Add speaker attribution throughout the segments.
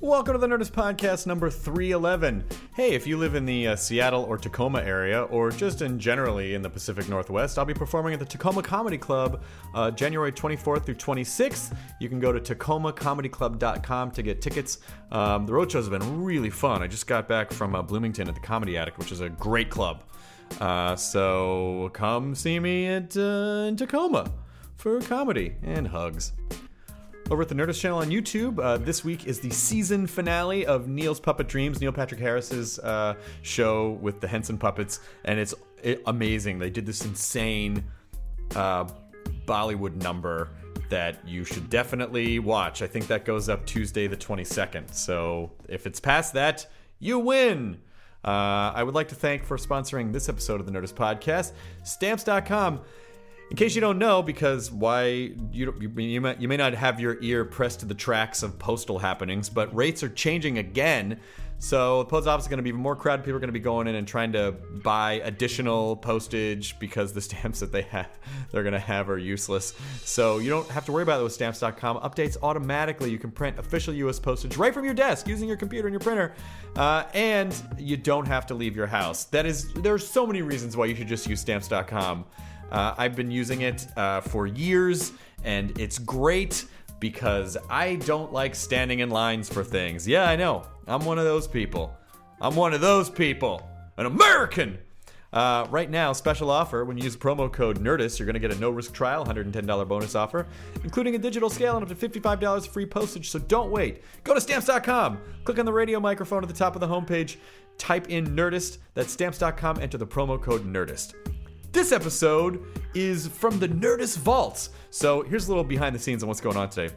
Speaker 1: Welcome to the Nerdist Podcast number 311. Hey, if you live in the uh, Seattle or Tacoma area, or just in generally in the Pacific Northwest, I'll be performing at the Tacoma Comedy Club uh, January 24th through 26th. You can go to tacomacomedyclub.com to get tickets. Um, the road shows have been really fun. I just got back from uh, Bloomington at the Comedy Attic, which is a great club. Uh, so come see me at uh, in Tacoma for comedy and hugs. Over at the Nerdist channel on YouTube, uh, this week is the season finale of Neil's Puppet Dreams, Neil Patrick Harris's uh, show with the Henson puppets, and it's i amazing. They did this insane uh, Bollywood number that you should definitely watch. I think that goes up Tuesday the 22nd. So if it's past that, you win. Uh, I would like to thank for sponsoring this episode of the Nerdist Podcast, Stamps.com. In case you don't know, because why you don't- you, you, may, you may not have your ear pressed to the tracks of postal happenings, but rates are changing again. So the post office is going to be even more crowded. People are going to be going in and trying to buy additional postage because the stamps that they have they're going to have are useless. So you don't have to worry about it with stamps.com. Updates automatically. You can print official U.S. postage right from your desk using your computer and your printer, uh, and you don't have to leave your house. That is, there's so many reasons why you should just use stamps.com. Uh, I've been using it uh, for years, and it's great because I don't like standing in lines for things. Yeah, I know. I'm one of those people. I'm one of those people. An American! Uh, right now, special offer when you use promo code NERDIST, you're going to get a no risk trial $110 bonus offer, including a digital scale and up to $55 free postage. So don't wait. Go to stamps.com, click on the radio microphone at the top of the homepage, type in NERDIST, that's stamps.com, enter the promo code NERDIST. This episode is from the Nerdist Vault. So here's a little behind the scenes on what's going on today.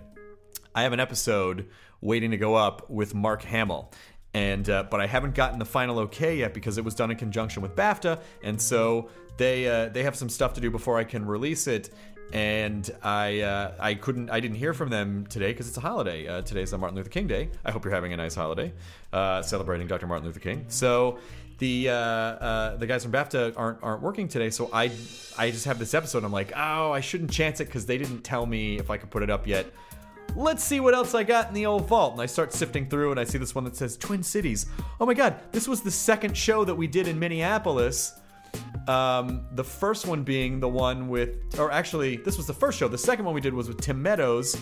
Speaker 1: I have an episode waiting to go up with Mark Hamill. And uh, but I haven't gotten the final okay yet because it was done in conjunction with BAFTA, and so they uh, they have some stuff to do before I can release it. And I uh, I couldn't I didn't hear from them today because it's a holiday. Uh, today's the Martin Luther King Day. I hope you're having a nice holiday, uh, celebrating Dr. Martin Luther King. So the uh, uh, the guys from BAFTA aren't aren't working today, so I I just have this episode. I'm like, oh, I shouldn't chance it because they didn't tell me if I could put it up yet let's see what else I got in the old vault. And I start sifting through and I see this one that says Twin Cities. Oh my god, this was the second show that we did in Minneapolis. Um, the first one being the one with, or actually, this was the first show. The second one we did was with Tim Meadows.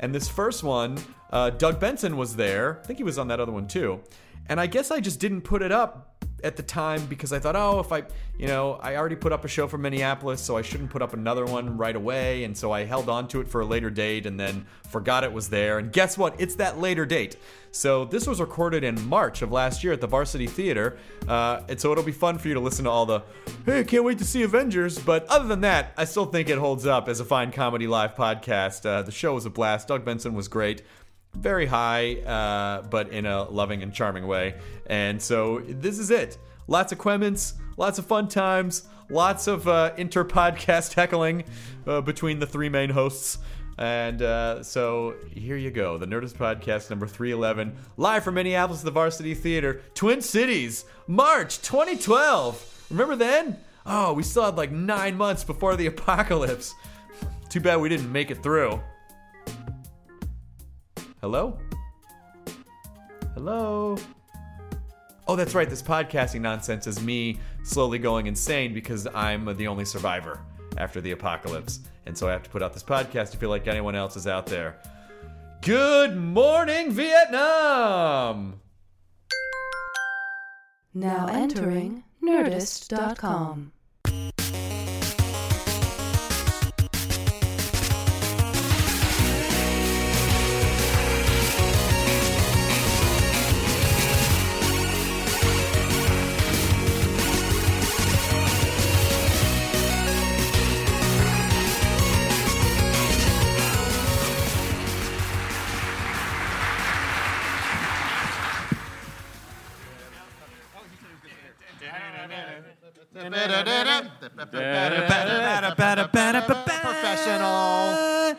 Speaker 1: And this first one, uh, Doug Benson was there. I think he was on that other one too. And I guess I just didn't put it up at the time because I thought, oh, if I, you know, I already put up a show for Minneapolis, so I shouldn't put up another one right away. And so I held on to it for a later date and then forgot it was there. And guess what? It's that later date. So this was recorded in March of last year at the Varsity Theater. Uh, and so it'll be fun for you to listen to all the, hey, I can't wait to see Avengers. But other than that, I still think it holds up as a fine comedy live podcast. Uh, the show was a blast. Doug Benson was great very high, uh, but in a loving and charming way. And so this is it. Lots of quements, lots of fun times, lots of uh, inter podcast heckling uh, between the three main hosts. And uh, so here you go the Nerdist Podcast number 311, live from Minneapolis, the Varsity Theater, Twin Cities, March 2012. Remember then? Oh, we still had like nine months before the apocalypse. Too bad we didn't make it through. Hello? Hello? Oh, that's right. This podcasting nonsense is me slowly going insane because I'm the only survivor after the apocalypse. And so I have to put out this podcast to feel like anyone else is out there. Good morning, Vietnam!
Speaker 2: Now entering Nerdist.com.
Speaker 3: Professional.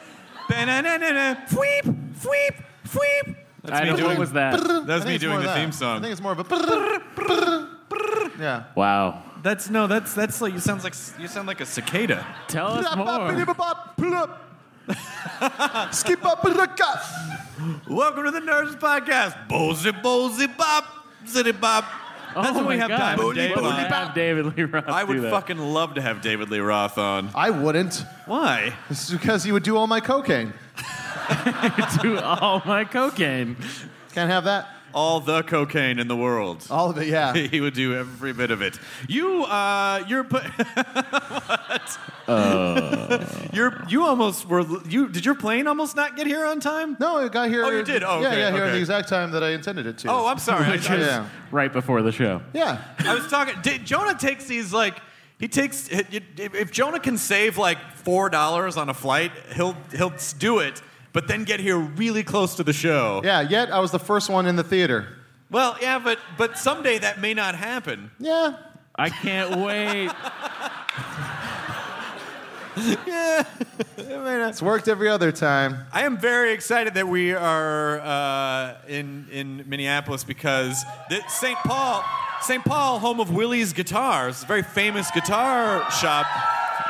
Speaker 4: Fweep, fweep, fweep.
Speaker 5: I don't know, what was that?
Speaker 3: That
Speaker 1: was me doing the theme song.
Speaker 3: I think it's more of a. brrr, brrr, brrr. Yeah.
Speaker 5: Wow.
Speaker 4: That's no. That's that's like you sounds like you sound like a cicada.
Speaker 5: Tell us Oh, more.
Speaker 3: Skip up a rucka.
Speaker 4: Welcome to the Nerds Podcast. Bozy, bozy, bop, zitty bop. That's
Speaker 5: oh
Speaker 4: when we
Speaker 5: my
Speaker 4: have
Speaker 5: God.
Speaker 4: time. with Dave
Speaker 5: When we
Speaker 4: on.
Speaker 5: have David Lee Roth
Speaker 1: I
Speaker 5: do
Speaker 1: would
Speaker 5: that.
Speaker 1: fucking love to have David Lee Roth on.
Speaker 3: I wouldn't.
Speaker 4: Why?
Speaker 3: It's because he would do all my cocaine.
Speaker 5: do all Oh, my cocaine.
Speaker 3: Can't have that.
Speaker 1: All the cocaine in the world.
Speaker 3: All of it, yeah.
Speaker 1: He would do every bit of it. You, uh, you're, put,
Speaker 6: You're, you almost were. You did your plane almost not get here on time?
Speaker 3: No, it got here.
Speaker 1: Oh, you did? Oh,
Speaker 3: yeah,
Speaker 1: okay,
Speaker 3: yeah, here at
Speaker 1: okay.
Speaker 3: the exact time that I intended it to.
Speaker 1: oh, I'm sorry. I, I, was,
Speaker 3: yeah.
Speaker 5: Right before the show.
Speaker 3: Yeah.
Speaker 1: I was talking. Did, Jonah takes these like he takes. If Jonah can save like four dollars on a flight, he'll he'll do it. But then get here really close to the show.
Speaker 3: Yeah, yet I was the first one in the theater.
Speaker 1: Well, yeah, but but someday that may not happen.
Speaker 3: Yeah.
Speaker 5: I can't wait.
Speaker 3: It's worked every other time.
Speaker 1: I am very excited that we are uh, in in Minneapolis because the St. Paul, St. Paul, home of Willie's Guitars, a very famous guitar shop.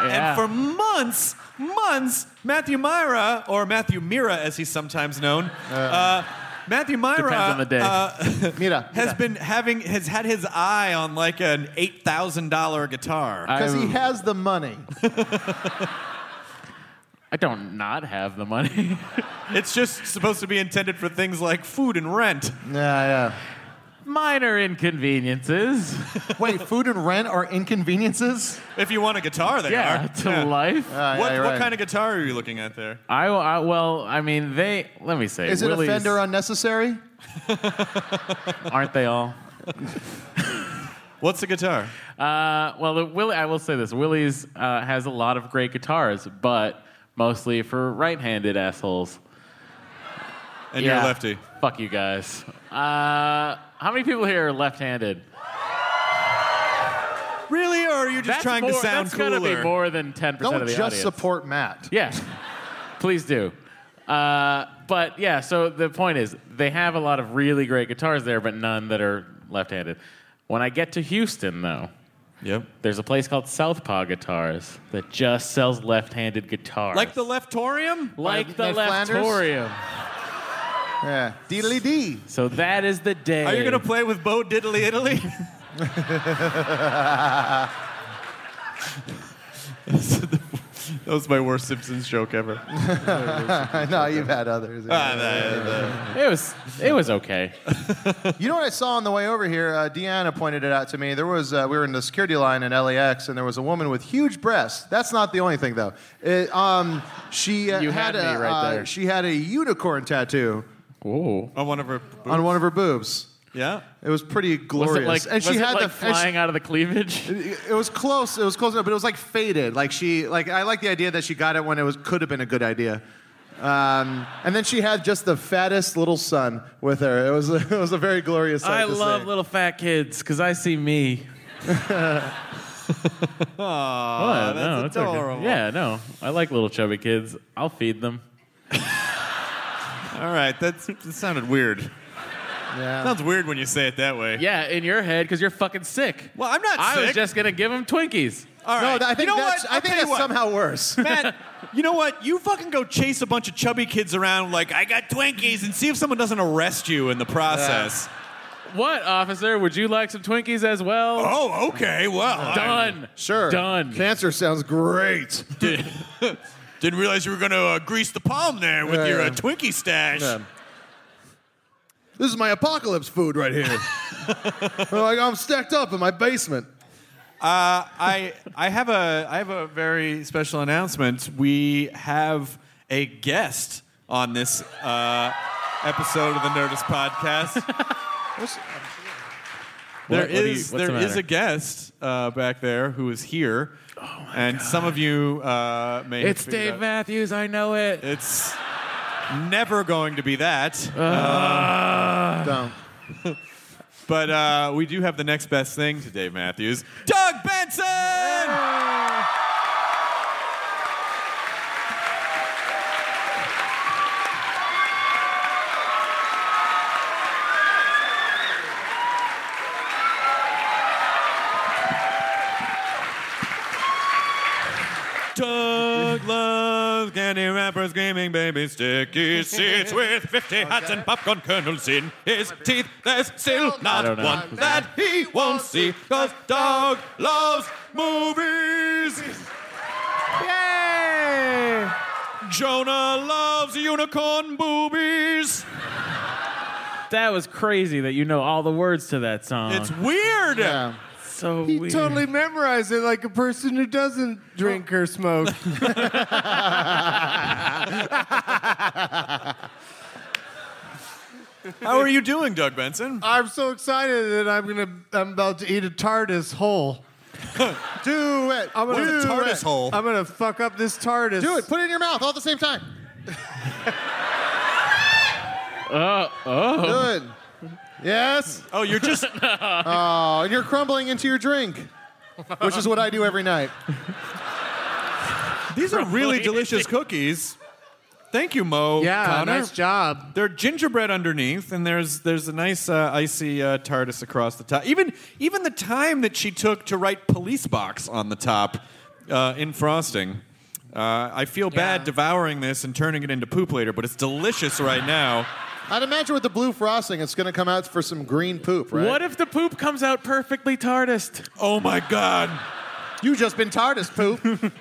Speaker 5: Yeah.
Speaker 1: And for months, months, Matthew Myra or Matthew Mira, as he's sometimes known, uh, Matthew Myra
Speaker 5: Depends on the day.
Speaker 1: uh,
Speaker 3: Mira.
Speaker 1: has been having has had his eye on like an eight thousand dollar guitar.
Speaker 3: Because he
Speaker 5: I'm-
Speaker 3: has the money.
Speaker 5: I don't not have the money.
Speaker 1: it's just supposed to be intended for things like food and rent.
Speaker 3: Yeah,
Speaker 5: Minor inconveniences.
Speaker 3: yeah. Wait, food and rent are inconveniences?
Speaker 1: If you want a guitar, they
Speaker 5: Yeah,
Speaker 1: are.
Speaker 5: to
Speaker 1: Yeah.
Speaker 5: life.
Speaker 3: Uh,
Speaker 1: What,
Speaker 3: yeah, you're
Speaker 1: what
Speaker 3: right.
Speaker 1: kind of guitar are you looking at there?
Speaker 5: I, I well, I mean, they. Let me say,
Speaker 3: Is it
Speaker 5: Willys-
Speaker 3: a Fender unnecessary?
Speaker 5: Aren't they all?
Speaker 1: What's a guitar?
Speaker 5: Uh, well, the Willie, I will say this: Willie's uh, has a lot of great guitars, but mostly for right-handed assholes.
Speaker 1: And
Speaker 5: Yeah.
Speaker 1: you're lefty.
Speaker 5: Fuck you guys. Uh, how many people here are left-handed?
Speaker 1: Really, or are you just
Speaker 5: That's
Speaker 1: trying
Speaker 5: more,
Speaker 1: to sound
Speaker 5: that's
Speaker 1: cooler?
Speaker 5: gonna be more than ten percent
Speaker 3: Don't
Speaker 5: of the
Speaker 3: just
Speaker 5: audience.
Speaker 3: support Matt.
Speaker 5: Yeah, please do. Uh, but yeah, so the point is, they have a lot of really great guitars there, but none that are left-handed. When I get to Houston, though,
Speaker 1: Yep.
Speaker 5: there's a place called Southpaw Guitars that just sells left-handed guitars,
Speaker 1: Like the leftorium?
Speaker 5: like the
Speaker 3: Ned Flanders?
Speaker 5: Leftorium.
Speaker 3: Yeah. Deedly dee.
Speaker 5: So that is the day.
Speaker 1: Are you going to play with Bo Diddley Italy? that was my worst Simpsons joke ever.
Speaker 3: I know you've had others.
Speaker 5: It was. It was okay.
Speaker 3: You know what I saw on the way over here? Uh, Deanna pointed it out to me. There was uh, we were in the security line in LAX, and there was a woman with huge breasts. That's not the only thing, though. It, um, she uh,
Speaker 5: You
Speaker 3: had,
Speaker 5: had
Speaker 3: a
Speaker 5: me right
Speaker 3: uh,
Speaker 5: there.
Speaker 3: she had a unicorn tattoo
Speaker 5: Ooh.
Speaker 1: On one of her.
Speaker 3: on one of her boobs.
Speaker 1: Yeah.
Speaker 3: It was pretty
Speaker 5: Was
Speaker 3: glorious,
Speaker 5: it like?
Speaker 3: and she
Speaker 5: was it
Speaker 3: had
Speaker 5: like
Speaker 3: the and she-
Speaker 5: flying out of the cleavage.
Speaker 3: it was close. It was close, enough, but it was like faded. Like she, like I like the idea that she got it when it was could have been a good idea. Um, and then she had just the fattest little son with her. It was it was a very glorious. Sight
Speaker 5: I
Speaker 3: to
Speaker 5: love
Speaker 3: see.
Speaker 5: little fat kids because I see me. What?
Speaker 1: that's
Speaker 5: no, it's okay.
Speaker 1: adorable.
Speaker 5: Yeah, no, I like little chubby kids. I'll feed them.
Speaker 1: All right. That's, that sounded weird.
Speaker 3: Yeah.
Speaker 1: Sounds weird when you say it that way.
Speaker 5: Yeah, in your head because you're fucking sick.
Speaker 1: Well, I'm not
Speaker 5: I
Speaker 1: sick. Uh,
Speaker 5: was just gonna give them Twinkies.
Speaker 1: All right.
Speaker 3: No, I think
Speaker 1: you know
Speaker 3: that's,
Speaker 1: what?
Speaker 3: I
Speaker 1: I'll
Speaker 3: think
Speaker 1: tell you
Speaker 3: that's
Speaker 1: what.
Speaker 3: somehow worse.
Speaker 1: Matt, you know what? You fucking go chase a bunch of chubby kids around like I got Twinkies and see if someone doesn't arrest you in the process.
Speaker 5: What, officer? Would you like some Twinkies as well?
Speaker 1: Oh, okay. Well, I
Speaker 5: Done.
Speaker 3: Sure.
Speaker 5: Done.
Speaker 3: Cancer sounds great.
Speaker 1: did, didn't realize you were going to uh, grease the palm there with your uh, Twinkie stash.
Speaker 3: This is my apocalypse food right here. I'm like I'm stacked up in my basement.
Speaker 1: Uh, I I have a I have a very special announcement. We have a guest on this uh, episode of the Nerdist podcast. There
Speaker 5: What- what do you- what's
Speaker 1: is
Speaker 5: the
Speaker 1: there is
Speaker 5: matter? Oh
Speaker 1: a guest uh, back there who is here, and some of you uh, may have
Speaker 5: It's
Speaker 1: figured
Speaker 5: Dave
Speaker 1: out-
Speaker 5: Matthews. I know it. Uh.
Speaker 1: It's never going to be that.
Speaker 3: Dumb.
Speaker 1: uh, But uh, we do have the next best thing to Dave Matthews, Doug Benson. Doug loves candy wrappers, screaming baby sticky seats with 50 hats and popcorn kernels in his teeth. There's still not
Speaker 5: know.
Speaker 1: one that he won't see, cause Doug loves movies. Yay! Jonah loves unicorn boobies.
Speaker 5: That was crazy that you know all the words to that song.
Speaker 1: It's weird.
Speaker 3: Yeah.
Speaker 5: so
Speaker 7: He
Speaker 5: weird.
Speaker 7: totally memorized it like a person who doesn't drink or smoke.
Speaker 1: How are you doing, Doug Benson?
Speaker 7: I'm so excited that I'm gonna I'm about to eat a TARDIS whole.
Speaker 3: Do it.
Speaker 7: I'm gonna
Speaker 3: do
Speaker 7: do
Speaker 3: it.
Speaker 7: it. I'm gonna fuck up this TARDIS.
Speaker 3: Do it. Put it in your mouth all at the same time.
Speaker 5: Uh,
Speaker 3: oh. Do it. Yes.
Speaker 1: Um, Oh, you're just
Speaker 3: Oh, and you're crumbling into your drink, which is what I do every night.
Speaker 1: These are really delicious cookies. Thank you, Mo.
Speaker 7: Yeah,
Speaker 1: Connor.
Speaker 7: nice job.
Speaker 1: They're gingerbread underneath, and there's there's a nice uh, icy uh, TARDIS across the top. Even even the time that she took to write "police box" on the top uh, in frosting. Uh, I feel bad devouring this and turning it into poop later, but it's delicious right now.
Speaker 3: I'd imagine with the blue frosting, it's going to come out for some green poop, right?
Speaker 5: What if the poop comes out perfectly TARDIS?
Speaker 1: Oh my god!
Speaker 3: you just been TARDIS poop?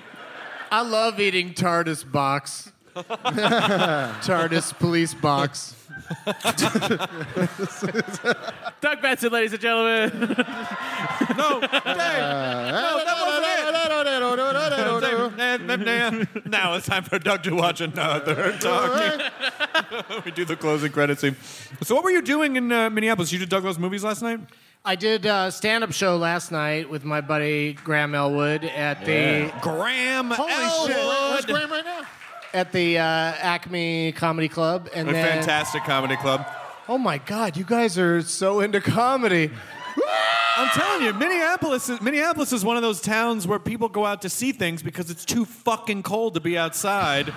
Speaker 7: I love eating TARDIS box. TARDIS police box.
Speaker 5: Doug Benson, ladies and gentlemen.
Speaker 1: No, Dave.
Speaker 7: Uh,
Speaker 1: no, that wasn't it. now it's time for Doug to watch another dog. we do the closing credits scene. So, what were you doing in uh, Minneapolis? You did Douglas movies last night.
Speaker 7: I did a stand up show last night with my buddy Graham Elwood at the
Speaker 1: Graham
Speaker 7: Holy shit.
Speaker 1: Elwood.
Speaker 7: Where's Graham right now? At the uh, Acme Comedy Club. And
Speaker 1: A
Speaker 7: then,
Speaker 1: fantastic comedy club.
Speaker 7: Oh my God, you guys are so into comedy.
Speaker 1: I'm telling you, Minneapolis is, Minneapolis is one of those towns where people go out to see things because it's too fucking cold to be outside.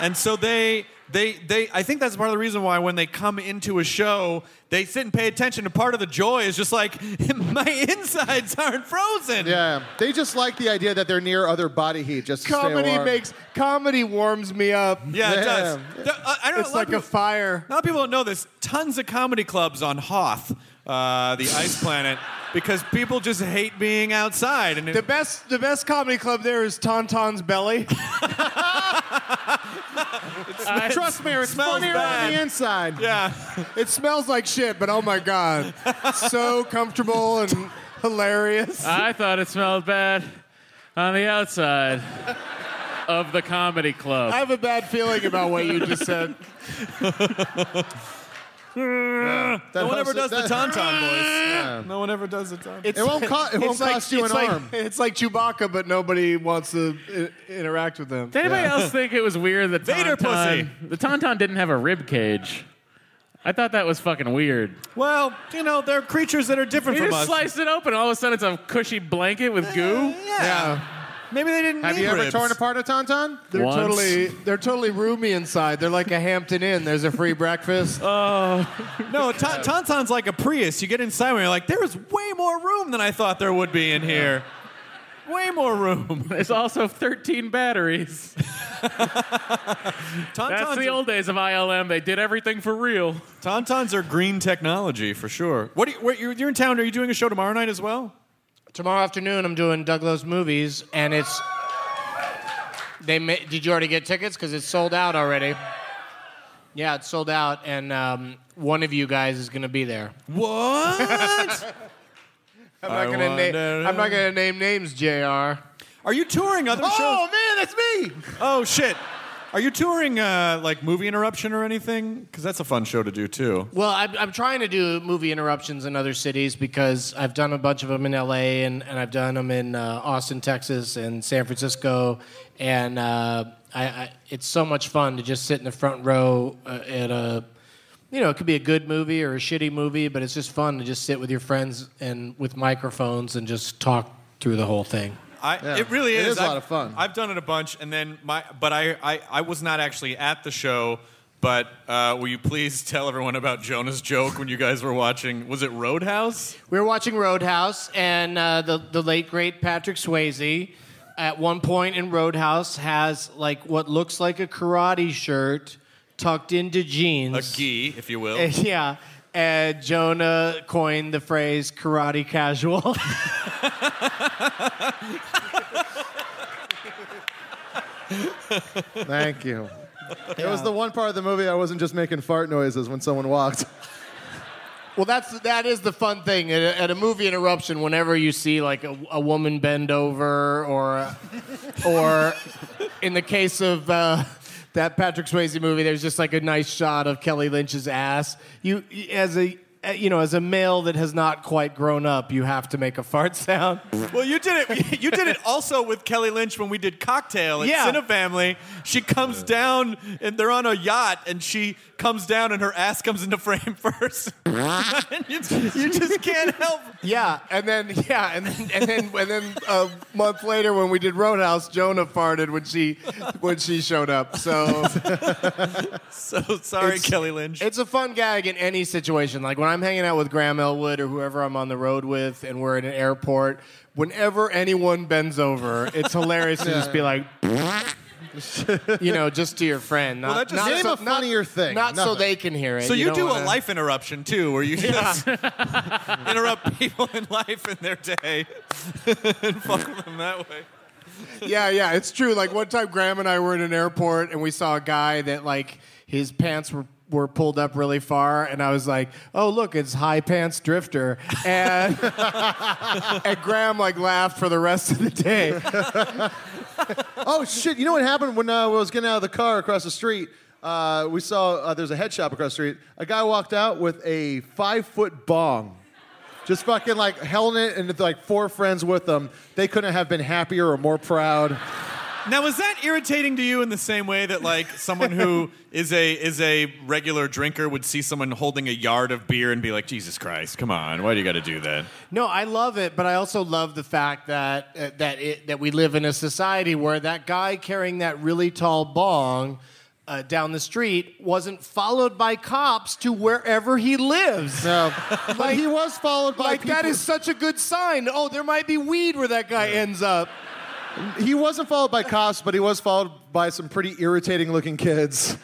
Speaker 1: And so they they they I think that's part of the reason why when they come into a show, they sit and pay attention and part of the joy is just like my insides aren't frozen.
Speaker 3: yeah. They just like the idea that they're near other body heat just to stay
Speaker 7: Comedy
Speaker 3: warm.
Speaker 7: makes comedy warms me up.
Speaker 1: Yeah, it does. Th- I, I don't
Speaker 7: It's
Speaker 1: know,
Speaker 7: like
Speaker 1: lot
Speaker 7: a
Speaker 1: of people-
Speaker 7: fire.
Speaker 1: A lot of people don't know this. Tons of comedy clubs on Hoth, uh, the ice planet, because people just hate being outside. And it-
Speaker 7: The best, the best comedy club there is Tauntaun's Belly.
Speaker 5: I-
Speaker 7: Trust me, it's
Speaker 1: smells
Speaker 7: funnier
Speaker 1: bad.
Speaker 7: on the inside.
Speaker 1: yeah.
Speaker 7: It smells like shit, but oh my god, so comfortable and hilarious.
Speaker 5: I thought it smelled bad on the outside of the comedy club.
Speaker 7: I have a bad feeling about what you just said.
Speaker 3: That
Speaker 1: No one ever does
Speaker 3: helps-
Speaker 1: the
Speaker 3: that-
Speaker 1: tauntaun voice. No one ever does the tauntaun.
Speaker 7: It's-
Speaker 3: It won't co- it
Speaker 7: it's
Speaker 3: won't
Speaker 7: like-
Speaker 3: cost you
Speaker 7: it's
Speaker 3: an
Speaker 7: like-
Speaker 3: arm.
Speaker 7: It's like Chewbacca, but nobody wants to i- interact with them.
Speaker 5: Did anybody else think it was weird that
Speaker 1: Vader
Speaker 5: Tauntaun- The Tauntaun didn't have a rib cage. I thought that was fucking weird.
Speaker 1: Well, you know, there are creatures that are different
Speaker 5: You
Speaker 1: from
Speaker 5: just
Speaker 1: us.
Speaker 5: sliced it open, all of a sudden it's a cushy blanket with goo.
Speaker 1: Uh, yeah. Maybe they didn't
Speaker 3: Have
Speaker 1: need
Speaker 3: you ever
Speaker 1: ribs.
Speaker 3: torn apart a tauntaun?
Speaker 7: They're
Speaker 5: Once.
Speaker 7: totally they're totally roomy inside. They're like a Hampton Inn. There's a free breakfast.
Speaker 1: Oh. No, a ta- tauntaun's like a Prius. You get inside and you're like, there is way more room than I thought there would be in here. Way more room.
Speaker 5: There's also 13 batteries.
Speaker 1: Tauntauns,
Speaker 5: That's the
Speaker 1: are-
Speaker 5: old days of ILM. They did everything for real.
Speaker 1: Tauntauns are green technology for sure. What? do you, wait, you're, you're in town. Are you doing a show tomorrow night as well?
Speaker 7: Tomorrow afternoon, I'm doing Douglas movies, and it's they. Ma- Did you already get tickets? Because it's sold out already. Yeah, it's sold out, and um, one of you guys is going to be there.
Speaker 1: What?
Speaker 7: I'm
Speaker 1: I
Speaker 7: not going to
Speaker 1: wonder-
Speaker 7: name. I'm not going to name names, Jr.
Speaker 1: are you touring other
Speaker 3: Oh
Speaker 1: shows?
Speaker 3: man, that's me.
Speaker 1: Oh shit. Are you touring uh, like movie interruption or anything? Because that's a fun show to do too.
Speaker 7: Well, I'm, I'm trying to do movie interruptions in other cities because I've done a bunch of them in LA and, and I've done them in uh, Austin, Texas, and San Francisco. And uh, I, I, it's so much fun to just sit in the front row uh, at a, you know, it could be a good movie or a shitty movie, but it's just fun to just sit with your friends and with microphones and just talk through the whole thing.
Speaker 1: I,
Speaker 3: Yeah.
Speaker 1: It really
Speaker 3: It
Speaker 1: is.
Speaker 3: is a
Speaker 1: I've-
Speaker 3: lot of fun.
Speaker 1: I've done it a bunch, and then my, but I, I, I was not actually at the show. But uh, will you please tell everyone about Jonah's joke when you guys were watching? Was it Roadhouse?
Speaker 7: We were watching Roadhouse, and uh, the the late great Patrick Swayze at one point in Roadhouse has like what looks like a karate shirt tucked into jeans.
Speaker 1: A gi, if you will.
Speaker 7: yeah. And Jonah coined the phrase karate casual.
Speaker 3: Thank you. It was the one part of the movie I wasn't just making fart noises when someone walked.
Speaker 7: Well, that's that is the fun thing at a, at a movie interruption. Whenever you see like a, a woman bend over, or or in the case of uh, that Patrick Swayze movie, there's just like a nice shot of Kelly Lynch's ass. You as a you know as a male that has not quite grown up, you have to make a fart sound.
Speaker 1: Well, you did it. You did it also with Kelly Lynch when we did Cocktail at
Speaker 7: Yeah.
Speaker 1: Cine Family. She comes down and they're on a yacht, and she comes down and her ass comes into frame first. And you, you just can't help.
Speaker 7: Yeah, and then yeah, and then and then and then a month later when we did Roadhouse, Jonah farted when she when she showed up. So.
Speaker 1: So sorry,
Speaker 7: It's-
Speaker 1: Kelly Lynch.
Speaker 7: It's a fun gag in any situation. Like when I'm hanging out with Graham Elwood or whoever I'm on the road with, and we're at an airport. Whenever anyone bends over, it's hilarious to just be like, you know, just to your friend. Not,
Speaker 1: that just-
Speaker 7: not
Speaker 3: Name
Speaker 7: so,
Speaker 3: a funnier
Speaker 7: not,
Speaker 3: thing.
Speaker 7: Not so
Speaker 3: Nothing.
Speaker 7: they can hear it.
Speaker 1: so you,
Speaker 7: don't
Speaker 1: do
Speaker 7: wanna-
Speaker 1: a life interruption too, where you just interrupt people in life in their day and fuck them that way.
Speaker 7: Yeah, yeah, it's true. Like one time, Graham and I were in an airport, and we saw a guy that like his pants were. Were pulled up really far, and I was like, "Oh, look, it's high pants drifter," and and Graham like laughed for the rest of the day.
Speaker 3: Oh shit! You know what happened when uh, I was getting out of the car across the street? Uh, we saw uh, there's a head shop across the street. A guy walked out with a five foot bong, just fucking like held it, and like four friends with him. They couldn't have been happier or more proud.
Speaker 1: Now, was that irritating to you in the same way that like someone who is a is a regular drinker would see someone holding a yard of beer and be like, Jesus Christ, come on, why do you got to do that?
Speaker 7: No, I love it, but I also love the fact that uh, that it, that we live in a society where that guy carrying that really tall bong uh, down the street wasn't followed by cops to wherever he lives.
Speaker 3: No, but he was followed by
Speaker 7: like that
Speaker 3: people-
Speaker 7: is such a good sign. Oh, there might be weed where that guy ends up.
Speaker 3: He wasn't followed by cops, but he was followed by some pretty irritating looking kids.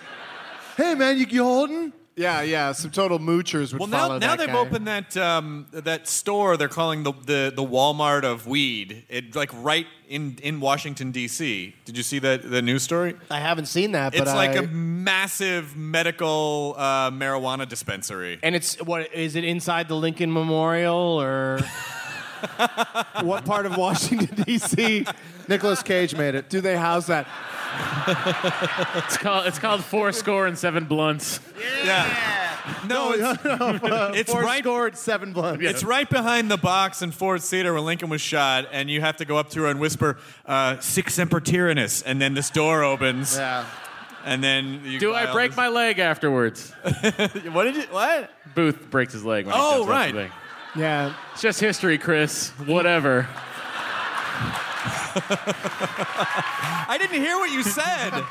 Speaker 3: Hey man, you, you holding?
Speaker 7: Yeah, yeah. Some total moochers would
Speaker 1: Well, now
Speaker 7: follow
Speaker 1: now
Speaker 7: that
Speaker 1: they've
Speaker 7: guy.
Speaker 1: opened that um, that store they're calling the, the the Walmart of weed. It like right in in Washington D.C. Did you see that the news story?
Speaker 7: I haven't seen that, but
Speaker 1: It's like
Speaker 7: I-
Speaker 1: a massive medical uh, marijuana dispensary.
Speaker 7: And it's what is it inside the Lincoln Memorial or what part of Washington D.C.
Speaker 3: Nicholas Cage made it.
Speaker 7: do they house that?
Speaker 5: It's called it's called Four Score and Seven Blunts.
Speaker 1: Yeah. No, it's, it's
Speaker 3: Four
Speaker 1: right
Speaker 3: scored seven blunts.
Speaker 1: It's right behind the box in Ford Theater where Lincoln was shot, and you have to go up to her and whisper, uh, Six Emperor Tyrannus, and then this door opens,
Speaker 3: Yeah.
Speaker 1: and then you
Speaker 5: Do
Speaker 1: buy
Speaker 5: I
Speaker 1: all
Speaker 5: break
Speaker 1: this-
Speaker 5: my leg afterwards?
Speaker 1: What did you? What?
Speaker 5: Booth breaks his leg. When
Speaker 1: Oh,
Speaker 5: he comes off
Speaker 1: right.
Speaker 5: the thing.
Speaker 7: Yeah.
Speaker 5: It's just history, Chris. Whatever.
Speaker 1: I didn't hear what you said.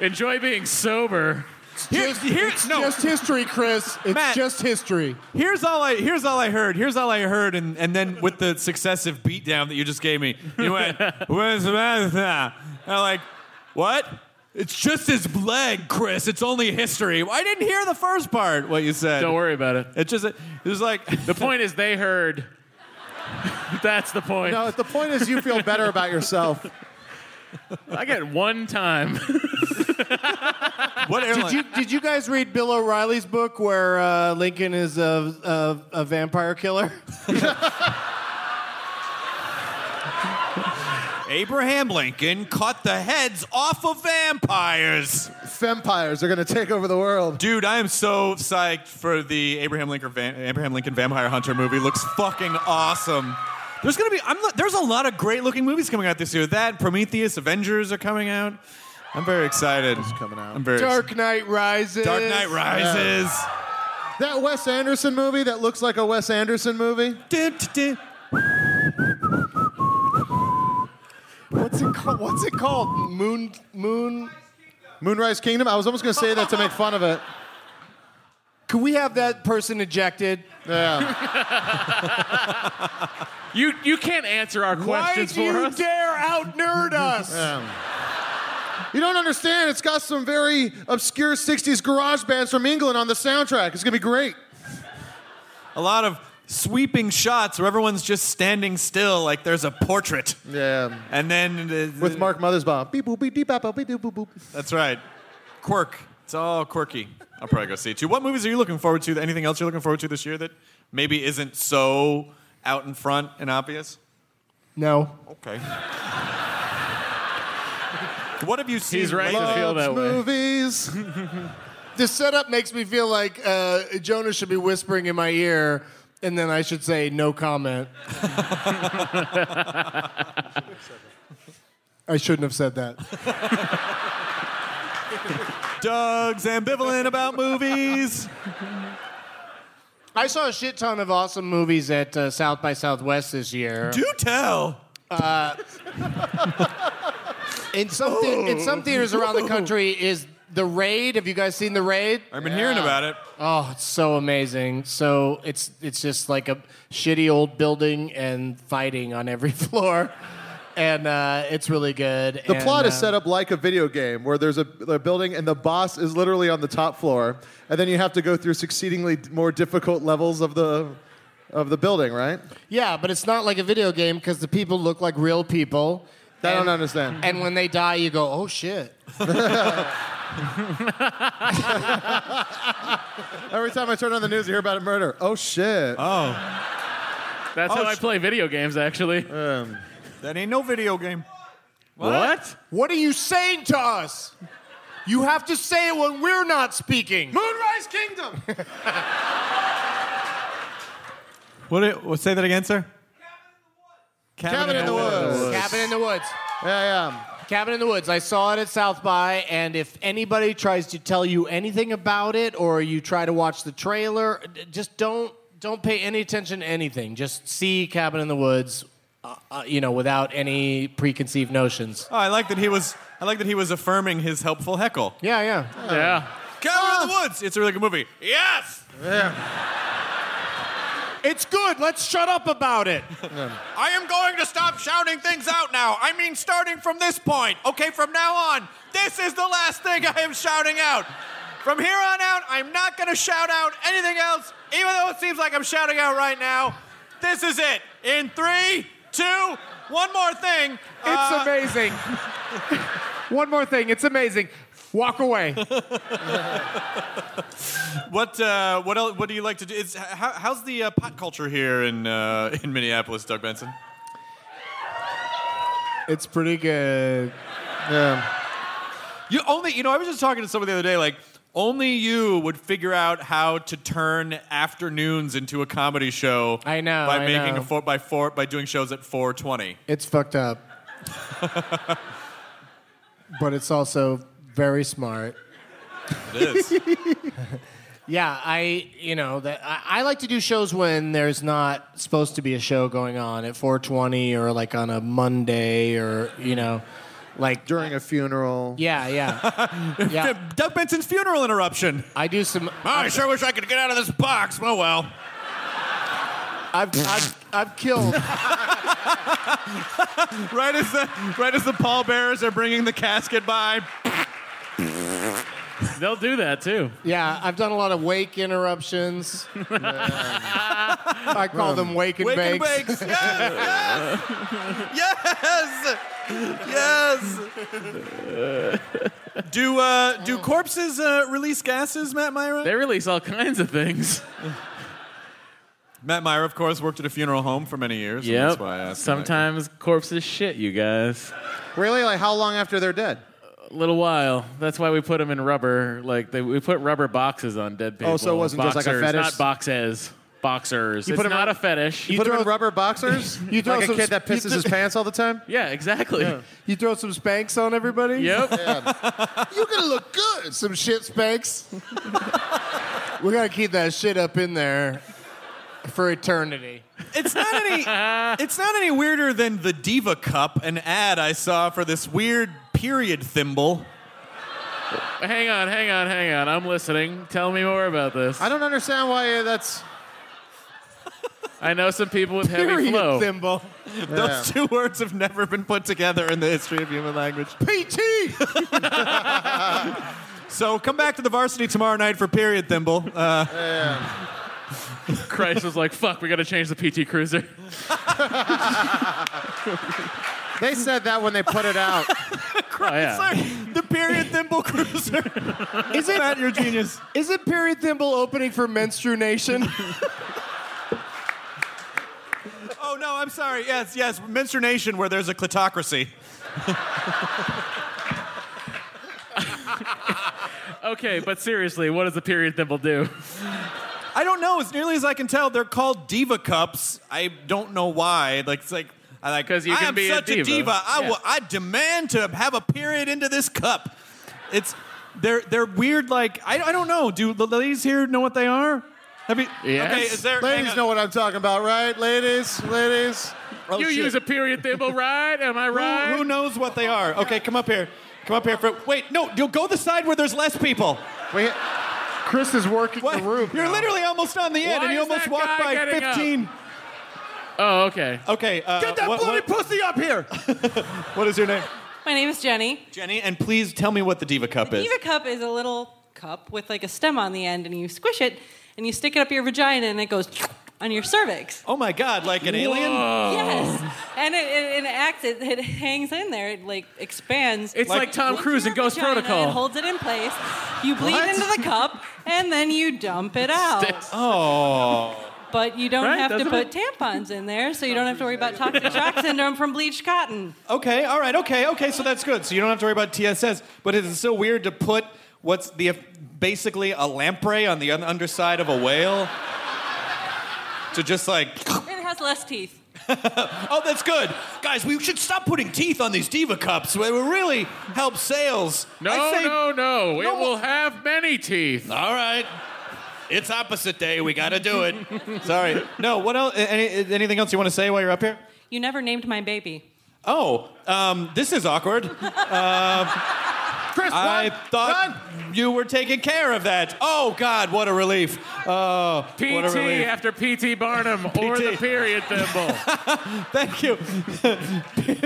Speaker 5: Enjoy being sober.
Speaker 1: Here's- here's-
Speaker 7: it's
Speaker 1: no.
Speaker 7: just history, Chris. It's
Speaker 1: Matt.
Speaker 7: just history.
Speaker 1: here's all I. Here's all I heard. Here's all I heard, and, and then with the successive beatdown that you just gave me, you went, "What's the matter?" with that?" And I'm like, "What?" It's just his leg, Chris. It's only history. I didn't hear the first part. What you said.
Speaker 5: Don't worry about it.
Speaker 1: It just. It was like.
Speaker 5: The point is they heard. That's the point.
Speaker 3: No, the point is you feel better about yourself.
Speaker 5: I get one time.
Speaker 1: What
Speaker 7: Did
Speaker 1: airline?
Speaker 7: you did you guys read Bill O'Reilly's book where uh, Lincoln is a, a, a vampire killer?
Speaker 1: Abraham Lincoln cut the heads off of vampires.
Speaker 3: Vampires are gonna take over the world.
Speaker 1: Dude, I am so psyched for the Abraham Lincoln Van- Abraham Lincoln Vampire Hunter movie. Looks fucking awesome. There's gonna be I'm, not- there's a lot of great looking movies coming out this year. That Prometheus, Avengers are coming out. I'm very excited. It's
Speaker 3: coming out.
Speaker 1: I'm very
Speaker 7: Dark Knight Rises.
Speaker 1: exci- Dark Knight Rises.
Speaker 3: That Wes Anderson movie that looks like a Wes Anderson movie.
Speaker 1: Du- du- du.
Speaker 7: What's it called? What's it called? Moon Moon.
Speaker 3: Moonrise Kingdom. I was almost gonna say that to make fun of it.
Speaker 7: Could we have that person ejected?
Speaker 3: Yeah.
Speaker 5: You you can't answer our questions
Speaker 7: Why do
Speaker 5: for
Speaker 7: you
Speaker 5: us.
Speaker 7: dare out nerd us.
Speaker 3: Um, You don't understand. It's got some very obscure 60s garage bands from England on the soundtrack. It's going to be great.
Speaker 1: A lot of sweeping shots where everyone's just standing still, like there's a portrait.
Speaker 3: Yeah.
Speaker 1: And then uh,
Speaker 3: With Mark Mothersbaugh. Beep boop beep beep bop, bop, beep doop, boop boop.
Speaker 1: That's right. Quirk. It's all quirky. I'll probably go see it too. What movies are you looking forward to? Anything else you're looking forward to this year that maybe isn't so out in front and obvious?
Speaker 7: No.
Speaker 1: Okay. what have you seen?
Speaker 5: He's right to
Speaker 1: lately?
Speaker 5: feel that way.
Speaker 3: Movies.
Speaker 7: This setup makes me feel like uh, Jonah should be whispering in my ear, and then I should say no comment. I shouldn't have said that.
Speaker 1: Doug's ambivalent about movies.
Speaker 7: I saw a shit ton of awesome movies at uh, South by Southwest this year. Uh,
Speaker 1: Do tell.
Speaker 7: In some, thea- in some theaters around the country is The Raid. Have you guys seen The Raid?
Speaker 1: I've been hearing about it.
Speaker 7: Oh, it's so amazing. So it's it's just like a shitty old building and fighting on every floor. And uh, it's really good. uh,
Speaker 3: The plot is set up like a video game where there's a, a building and the boss is literally on the top floor, and then you have to go through succeedingly d- more difficult levels of the of the building, right?
Speaker 7: Yeah, but it's not like a video game because the people look like real people.
Speaker 3: I don't
Speaker 7: And-
Speaker 3: understand.
Speaker 7: And when they die, you go, oh shit.
Speaker 3: Every time I turn on the news, I hear about a murder. Oh shit!
Speaker 5: That's how I play video games, actually.
Speaker 3: Um,
Speaker 1: That ain't no video game.
Speaker 5: what?
Speaker 7: What are you saying to us? You have to say it when we're not speaking.
Speaker 3: Moonrise Kingdom.
Speaker 1: What? it- what say that again, sir?
Speaker 3: Cabin in the Woods.
Speaker 7: Cabin in the Woods.
Speaker 3: Yeah, yeah.
Speaker 7: Cabin in the Woods. I saw it at South by, and if anybody tries to tell you anything about it, or you try to watch the trailer, d- just don't don't pay any attention to anything. Just see Cabin in the Woods, uh, uh, you know, without any preconceived notions.
Speaker 1: Oh, I like that he was. I like that he was affirming his helpful heckle.
Speaker 7: Yeah, yeah.
Speaker 5: Yeah.
Speaker 1: Cabin in the Woods. It's a really good movie. Yes.
Speaker 7: It's good. Let's shut up about it.
Speaker 1: I am going to stop shouting things out now. I mean, starting from this point. Okay, from now on, this is the last thing I am shouting out. From here on out, I'm not going to shout out anything else, even though it seems like I'm shouting out right now. This is it. In three, two, one more thing. Uh,
Speaker 8: It's amazing. One more thing. It's amazing. Walk away.
Speaker 1: What uh, what else, what do you like to do? It's, how, how's the uh, pot culture here in uh, in Minneapolis, Doug Benson?
Speaker 7: It's pretty good.
Speaker 1: You only, you know, I was just talking to someone the other day, like, only you would figure out how to turn afternoons into a comedy show.
Speaker 7: I know,
Speaker 1: By
Speaker 7: I
Speaker 1: making
Speaker 7: know.
Speaker 1: a four by four by doing shows at four twenty.
Speaker 7: It's fucked up. but it's also very smart.
Speaker 1: It is.
Speaker 7: Yeah, I you know that I, I like to do shows when there's not supposed to be a show going on at 4:20 or like on a Monday or you know, like
Speaker 3: During a funeral.
Speaker 7: yeah yeah yeah.
Speaker 1: Doug Benson's funeral interruption.
Speaker 7: I do some.
Speaker 1: I sure wish I could get out of this box. Oh well.
Speaker 7: I've I've, I've killed.
Speaker 1: Right as the right as the pallbearers are bringing the casket by.
Speaker 5: They'll do that too.
Speaker 7: Yeah, I've done a lot of wake interruptions. I call them wake and
Speaker 1: Wake and
Speaker 7: bakes.
Speaker 1: bakes. Yes, yes, yes, yes. Do uh, do
Speaker 5: Oh.
Speaker 1: corpses uh, release gases, Matt Myra?
Speaker 5: They release all kinds of things.
Speaker 1: Matt Meyer, of course, worked at a funeral home for many years. and That's why I asked him that.
Speaker 5: Sometimes corpses shit, you guys.
Speaker 3: Really? Like how long after they're dead?
Speaker 5: A little while. That's why we put them in rubber. Like they, we put rubber boxes on dead people.
Speaker 3: Oh, so it wasn't just
Speaker 5: Boxers,
Speaker 3: like a fetish?
Speaker 5: Not boxes. Boxers.
Speaker 3: You
Speaker 5: it's
Speaker 3: put 'em
Speaker 5: not
Speaker 3: in-
Speaker 5: a fetish.
Speaker 3: You, put them in rubber boxers?
Speaker 7: you throw
Speaker 3: like a
Speaker 7: some
Speaker 3: kid that
Speaker 7: sp- you
Speaker 3: pisses his pants all the time?
Speaker 5: yeah, exactly.
Speaker 7: You throw some spanks on everybody.
Speaker 5: Yep.
Speaker 7: You're gonna look good. Some shit spanks. We're gonna keep that shit up in there for eternity.
Speaker 1: it's not any. It's not any weirder than the Diva Cup, an ad I saw for this weird period thimble.
Speaker 5: Hang on, hang on, hang on. I'm listening. Tell me more about this.
Speaker 4: uh,
Speaker 3: I don't understand why that's.
Speaker 5: I know some people with heavy
Speaker 8: Period
Speaker 5: flow.
Speaker 8: symbol.
Speaker 1: Those two words have never been put together in the history of human language. PT. so come back to the varsity tomorrow night for period thimble. Uh,
Speaker 5: Christ was like, "Fuck, we got to change the PT Cruiser."
Speaker 3: They said that when they put it out.
Speaker 5: Oh,
Speaker 1: the period thimble cruiser.
Speaker 8: Is it Matt, you're genius? Is it period thimble opening for menstruation?
Speaker 1: oh no, I'm sorry. Yes, yes, menstruation where there's a clitocracy.
Speaker 5: okay, but seriously, what does the period thimble do?
Speaker 1: I don't know. As nearly as I can tell, they're called diva cups. I don't know why. Like it's like I like
Speaker 5: 'Cause you can
Speaker 1: I'm
Speaker 5: be a
Speaker 1: such
Speaker 5: diva."
Speaker 1: I
Speaker 5: Yeah.
Speaker 1: will. I demand to have a period into this cup. It's they're they're weird. Like I I don't know. Do the ladies here know what they are? Have you?
Speaker 5: Yes.
Speaker 1: Okay. Is there? hang
Speaker 3: Ladies
Speaker 1: on.
Speaker 3: know what I'm talking about, right? Ladies, ladies. Oh,
Speaker 5: you
Speaker 3: shit.
Speaker 5: use a period thimble, right? Am I right?
Speaker 1: Who, who knows what they are? Okay, come up here. Come up here. For, wait, no, you'll go the side where there's less people.
Speaker 3: Wait,
Speaker 8: Chris is working
Speaker 1: What?
Speaker 8: the roof.
Speaker 1: You're
Speaker 8: now.
Speaker 1: literally almost on the end,
Speaker 5: Why
Speaker 1: and you
Speaker 5: is
Speaker 1: almost
Speaker 5: that
Speaker 1: walked
Speaker 5: guy
Speaker 1: by
Speaker 5: getting up?
Speaker 1: 15.
Speaker 5: Oh, okay.
Speaker 1: Okay. Uh,
Speaker 4: Get that
Speaker 1: what-
Speaker 4: bloody
Speaker 1: what-
Speaker 4: pussy up here.
Speaker 1: what is your name?
Speaker 9: My name is Jenny.
Speaker 1: Jenny, and please tell me what the Diva Cup is.
Speaker 9: Diva cup is a little cup with like a stem on the end, and you squish it, and you stick it up your vagina, and it goes on your cervix.
Speaker 1: Oh my God, like an alien?
Speaker 9: Yes, and it, it, it acts. It, it hangs in there. It like expands.
Speaker 5: It's like, Tom
Speaker 9: Into
Speaker 5: Cruise
Speaker 9: your
Speaker 5: in Ghost
Speaker 9: vagina, It
Speaker 5: Protocol.
Speaker 9: holds it in place. You bleed into the cup, and then you dump it out.
Speaker 1: Oh.
Speaker 9: But you don't
Speaker 5: Right,
Speaker 9: have to
Speaker 5: doesn't
Speaker 9: put tampons in there, so you don't have to worry about toxic shock syndrome from bleached cotton.
Speaker 1: Okay, all right, okay, okay, so that's good. So you don't have to worry about TSS, but it is so weird to put what's the basically a lamprey on the un- underside of a whale to just like,
Speaker 9: It has less teeth.
Speaker 1: oh, that's good. Guys, we should stop putting teeth on these Diva Cups. It will really help sales.
Speaker 5: No,
Speaker 1: I say-
Speaker 5: no, no. It
Speaker 1: No,
Speaker 5: will have many teeth.
Speaker 1: All right. It's opposite day. We got to do it. Sorry. No, what else? Any, anything else you want to say while you're up here?
Speaker 9: You never named my baby.
Speaker 1: Oh, um, this is awkward. Uh,
Speaker 3: Chris,
Speaker 1: I
Speaker 3: run,
Speaker 1: thought
Speaker 3: run.
Speaker 1: you were taking care of that. Oh God, what a relief! Oh, what a
Speaker 5: PT
Speaker 1: relief.
Speaker 5: after PT Barnum or the
Speaker 1: PT.
Speaker 5: period thimble.
Speaker 1: Thank you.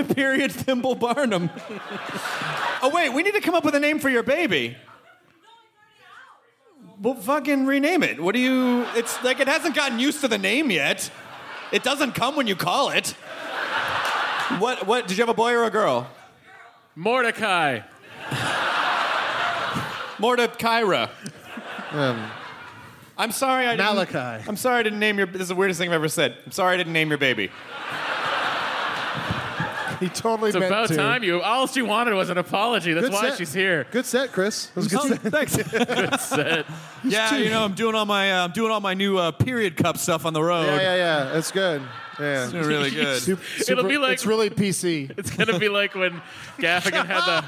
Speaker 1: Period. Thimble Barnum. oh wait, we need to come up with a name for your baby. Well, fucking rename it. What do you? It's like it hasn't gotten used to the name yet. It doesn't come when you call it. What? What? Did you have a boy or a girl?
Speaker 5: Mordecai.
Speaker 1: Mordekaira. I'm sorry I didn't.
Speaker 3: Um, Malachi.
Speaker 1: I'm sorry I didn't name your. This is the weirdest thing I've ever said. I'm sorry I didn't name your baby.
Speaker 3: He totally
Speaker 5: It's
Speaker 3: meant
Speaker 5: about
Speaker 3: to.
Speaker 5: time you. All she wanted was an apology. That's
Speaker 3: Good
Speaker 5: why
Speaker 3: set.
Speaker 5: she's here.
Speaker 3: Good set, Chris. It was a good set.
Speaker 1: Oh, Thanks.
Speaker 5: Set.
Speaker 1: yeah, you know I'm doing all my uh, I'm doing all my new uh, period cup stuff on the road.
Speaker 3: Yeah, yeah, yeah. That's good. Yeah.
Speaker 1: Doing really good.
Speaker 3: Sup-
Speaker 5: It'll be like-
Speaker 3: it's really PC.
Speaker 5: It's gonna be like when Gaffigan had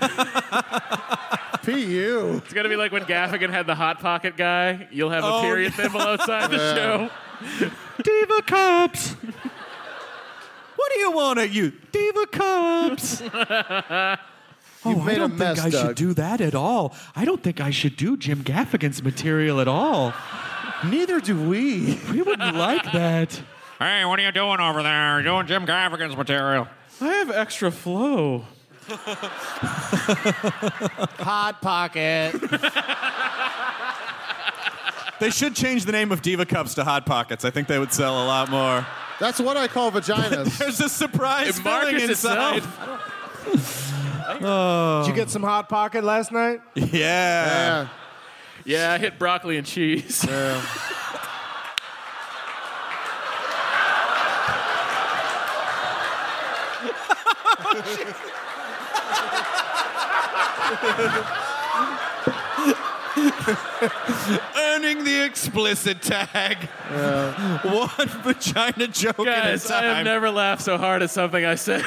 Speaker 5: the.
Speaker 3: PU.
Speaker 5: It's gonna be like when Gaffigan had the hot pocket guy. You'll have
Speaker 1: Oh,
Speaker 5: a period thimble outside the show.
Speaker 1: Diva cups. what do you want at you? Diva cups. Oh,
Speaker 3: You've made a mess, Doug.
Speaker 1: do that at all. I don't think I should do Jim Gaffigan's material at all.
Speaker 3: Neither do we.
Speaker 1: We wouldn't like that.
Speaker 5: Hey, what are you doing over there? You're doing Jim Gaffigan's material.
Speaker 1: I have extra flow.
Speaker 7: Hot pocket.
Speaker 1: They should change the name of Diva Cups to Hot Pockets. I think they would sell a lot more.
Speaker 3: That's what I call vaginas.
Speaker 1: There's a surprise
Speaker 5: It
Speaker 1: filling
Speaker 5: markets
Speaker 1: inside.
Speaker 5: itself. Oh.
Speaker 8: Did you get some hot pocket last night?
Speaker 1: Yeah.
Speaker 3: yeah.
Speaker 5: Yeah, I hit broccoli and cheese.
Speaker 1: Earning the explicit tag. One vagina joke
Speaker 5: Guys, I
Speaker 1: at a time.
Speaker 5: have never laughed so hard at something I said.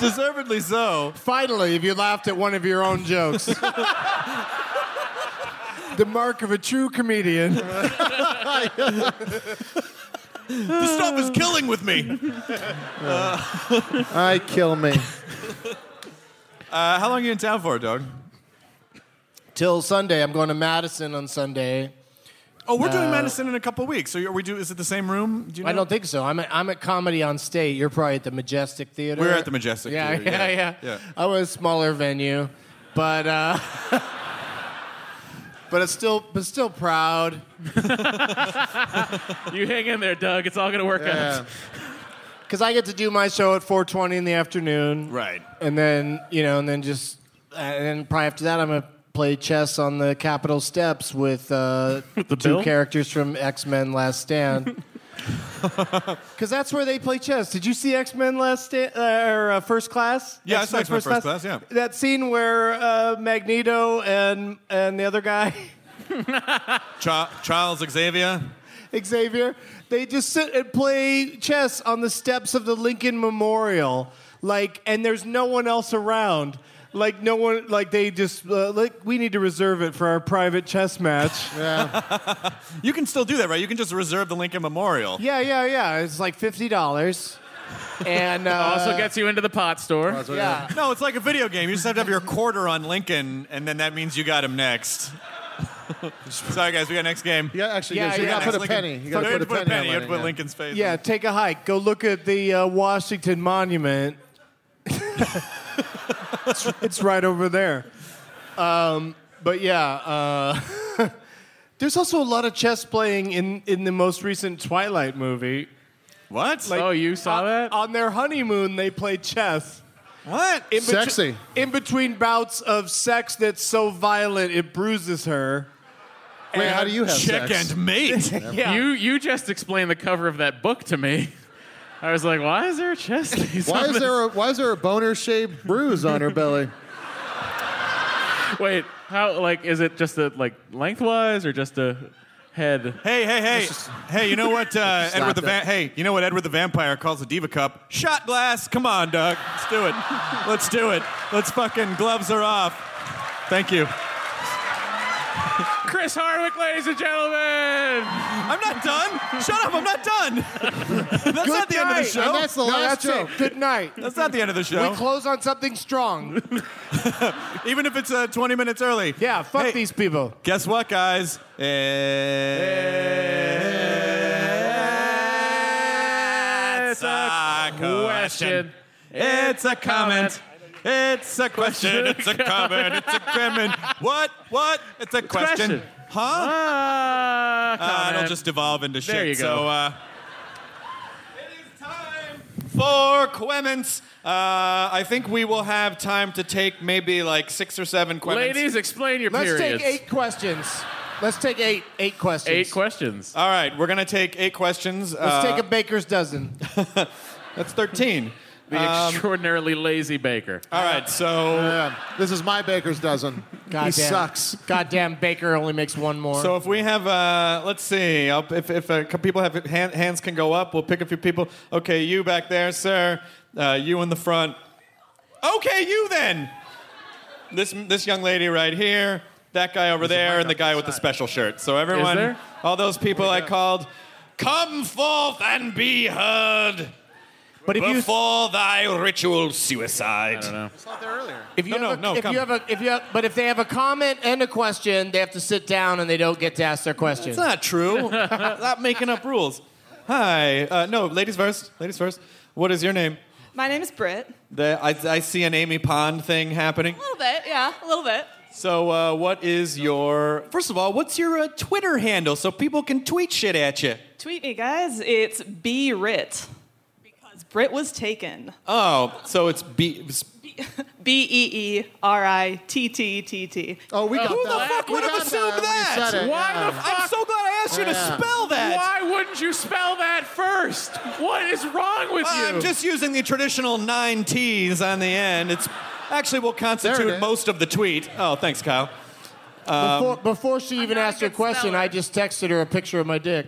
Speaker 1: Deservedly so.
Speaker 8: Finally, if you laughed at one of your own jokes. the mark of a true comedian.
Speaker 1: This stuff is killing with me.
Speaker 3: I kill me.
Speaker 1: Uh, how long are you in town for, Doug?
Speaker 7: Till Sunday, I'm going to Madison on Sunday
Speaker 1: Oh, we're doing
Speaker 7: No.
Speaker 8: Uh,
Speaker 1: Madison in a couple weeks. So are we do? Is it the same room? Do you know?
Speaker 7: I don't think so. I'm at, I'm at Comedy on State. You're probably at the Majestic Theater.
Speaker 1: We're at the Majestic
Speaker 7: Yeah,
Speaker 1: Theater,
Speaker 7: yeah,
Speaker 1: yeah,
Speaker 7: yeah,
Speaker 1: yeah.
Speaker 7: I was a smaller venue, but uh, but it's still but still proud.
Speaker 5: you hang in there, Doug. It's all going to work out.
Speaker 7: Because I get to do my show at 4:20 in the afternoon. Right. And then you know, and then just and then probably after that, I'm gonna play chess on the Capitol steps with uh,
Speaker 5: the
Speaker 7: two
Speaker 5: bill?
Speaker 7: characters from X Men: Last Stand. Because that's where they play chess. Did you see X Men Last Stand uh, or uh, First Class?
Speaker 1: Yeah, I saw
Speaker 7: X-Men
Speaker 1: X-Men First Class, yeah.
Speaker 7: that scene where uh, Magneto and and the other guy.
Speaker 1: Cha- Charles Xavier.
Speaker 7: Xavier. They just sit and play chess on the steps of the Lincoln Memorial, like, and there's no one else around. Like no one, like they just uh, like we need to reserve it for our private chess match. Yeah,
Speaker 1: You can still do that, right? You can just reserve the Lincoln Memorial.
Speaker 7: yeah, yeah, yeah. It's like fifty dollars, and uh,
Speaker 5: also gets you into the pot store.
Speaker 7: yeah.
Speaker 1: No, it's like a video game. You just have to have your quarter on Lincoln, and then that means you got him next. Sorry, guys, we got next game. Yeah,
Speaker 3: actually, yes, you gotta put a penny. You gotta put a penny on
Speaker 1: You have
Speaker 3: Lincoln,
Speaker 1: to put
Speaker 3: yeah.
Speaker 1: Lincoln's face.
Speaker 7: yeah. Take a hike. Go look at the uh, Washington Monument. it's, it's right over there. Um, but yeah, uh, there's also a lot of chess playing in, in the most recent Twilight movie.
Speaker 1: What?
Speaker 5: oh, you saw that?
Speaker 7: On their honeymoon, they played chess.
Speaker 1: What?
Speaker 7: In betwe-
Speaker 3: Sexy.
Speaker 7: In between bouts of sex that's so violent it bruises her.
Speaker 3: Wait, how do you have
Speaker 5: Check
Speaker 3: sex?
Speaker 5: and mate.
Speaker 7: Yeah.
Speaker 5: You you just explained the cover of that book to me. I was like, why is there a chest piece?
Speaker 3: Why
Speaker 5: on
Speaker 3: is
Speaker 5: this?
Speaker 3: there a, why is there a boner shaped bruise on her belly?
Speaker 5: Wait, how? Like, is it just a like lengthwise or just a head?
Speaker 1: Hey, hey, hey, hey! You know what, uh,
Speaker 5: Stop
Speaker 1: Edward the Va-
Speaker 5: that.
Speaker 1: Hey, you know what Edward the Vampire calls the Diva Cup? Shot glass. Come on, Doug. Let's do it. Let's do it. Let's fucking gloves are off. Thank you.
Speaker 5: Chris Hardwick, ladies and gentlemen.
Speaker 1: I'm not done. Shut up. I'm not done. That's not the end of the show.
Speaker 3: And that's the
Speaker 7: No,
Speaker 3: last
Speaker 7: that's
Speaker 3: joke.
Speaker 7: it. Good night.
Speaker 1: That's not the end of the show.
Speaker 7: We close on something strong.
Speaker 1: Even if it's uh, 20 minutes early.
Speaker 7: Yeah, fuck these people.
Speaker 1: Guess what, guys? It's a question. It's a comment. It's a question. It's a comment. It's a comment. What? What? It's a question.
Speaker 5: question.
Speaker 1: Huh?
Speaker 5: Ah,
Speaker 1: Uh, it'll
Speaker 5: comment.
Speaker 1: just devolve into shit.
Speaker 5: There you go.
Speaker 1: So, uh, for comments. Uh, I think we will have time to take maybe like six or seven comments.
Speaker 5: Ladies, explain your
Speaker 7: Let's
Speaker 5: periods.
Speaker 7: take eight questions. Let's take eight eight questions.
Speaker 5: Eight questions.
Speaker 1: All right, we're gonna take eight questions. Uh,
Speaker 7: Let's take a baker's dozen.
Speaker 1: That's thirteen.
Speaker 5: The
Speaker 1: um,
Speaker 5: extraordinarily lazy baker.
Speaker 1: All right, so
Speaker 3: Yeah. This is my baker's dozen.
Speaker 7: Goddamn.
Speaker 3: he sucks.
Speaker 7: Goddamn baker only makes one more.
Speaker 1: so if we have, uh, let's see, I'll, if if uh, c- people have hand, hands can go up, we'll pick a few people. Okay, you back there, sir. Uh, you in the front. Okay, you then. This this young lady right here, that guy over there, and the guy with the special shirt. So everyone,
Speaker 5: there?
Speaker 1: all those people I called, come forth and be heard
Speaker 7: but if you
Speaker 1: before thy ritual suicide.
Speaker 7: if you
Speaker 1: No,
Speaker 7: have
Speaker 1: no,
Speaker 7: a,
Speaker 1: no,
Speaker 7: if
Speaker 1: come.
Speaker 7: you have a if you have, but if they have a comment and a question, they have to sit down and they don't get to ask their question.
Speaker 1: It's not true. Stop making up rules. Hi. Uh, no, ladies first. Ladies first. What is your name?
Speaker 10: My name is Britt.
Speaker 1: The, I, I see an Amy Pond thing happening.
Speaker 10: A little bit, yeah, a little bit.
Speaker 1: So, uh, what is your. First of all, what's your uh, Twitter handle so people can tweet shit at you?
Speaker 10: Tweet me, guys. It's B Rit because Brit was taken.
Speaker 1: Oh, so it's B.
Speaker 10: B E E R I T T T T.
Speaker 3: Oh, we got
Speaker 1: Who the
Speaker 3: that.
Speaker 1: fuck
Speaker 3: We
Speaker 1: would have
Speaker 3: got that
Speaker 1: assumed
Speaker 3: when you
Speaker 1: that?
Speaker 3: said it,
Speaker 5: Why
Speaker 3: yeah.
Speaker 5: the fuck?
Speaker 1: I'm so glad I asked you to
Speaker 3: Yeah.
Speaker 1: spell that.
Speaker 5: Why wouldn't you spell that first? What is wrong with you?
Speaker 1: I'm just using the traditional nine T's on the end. It's actually will constitute
Speaker 3: is.
Speaker 1: most of the tweet. Oh, thanks, Kyle.
Speaker 7: before, before she even
Speaker 10: not a
Speaker 7: asked her
Speaker 10: good
Speaker 7: question,
Speaker 10: speller.
Speaker 7: I just texted her a picture of my dick.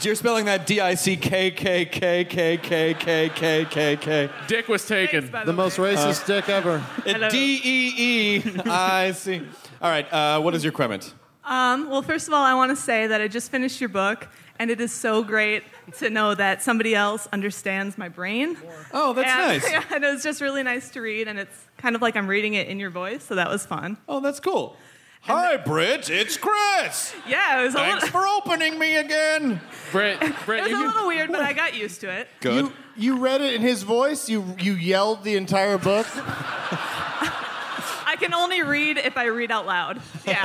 Speaker 1: You're spelling that D I C K K K K K K K K K.
Speaker 5: Dick was taken.
Speaker 3: The most racist dick ever.
Speaker 1: D E E I C. All right, uh, what is your comment?
Speaker 11: Um, well, first of all, I want to say that I just finished your book, and it is so great to know that somebody else understands my brain.
Speaker 1: Oh, that's
Speaker 11: and,
Speaker 1: nice.
Speaker 11: and it was just really nice to read, and it's kind of like I'm reading it in your voice, so that was fun.
Speaker 1: Oh, that's cool.
Speaker 4: Hi, Britt. It's Chris.
Speaker 10: Yeah, it was a
Speaker 4: Thanks
Speaker 10: little-
Speaker 4: for opening me again.
Speaker 5: Britt,
Speaker 10: it was a little weird, but I got used to it.
Speaker 4: Good.
Speaker 7: You read it in his voice. You you yelled the entire book.
Speaker 10: I can only read if I read out loud. Yeah.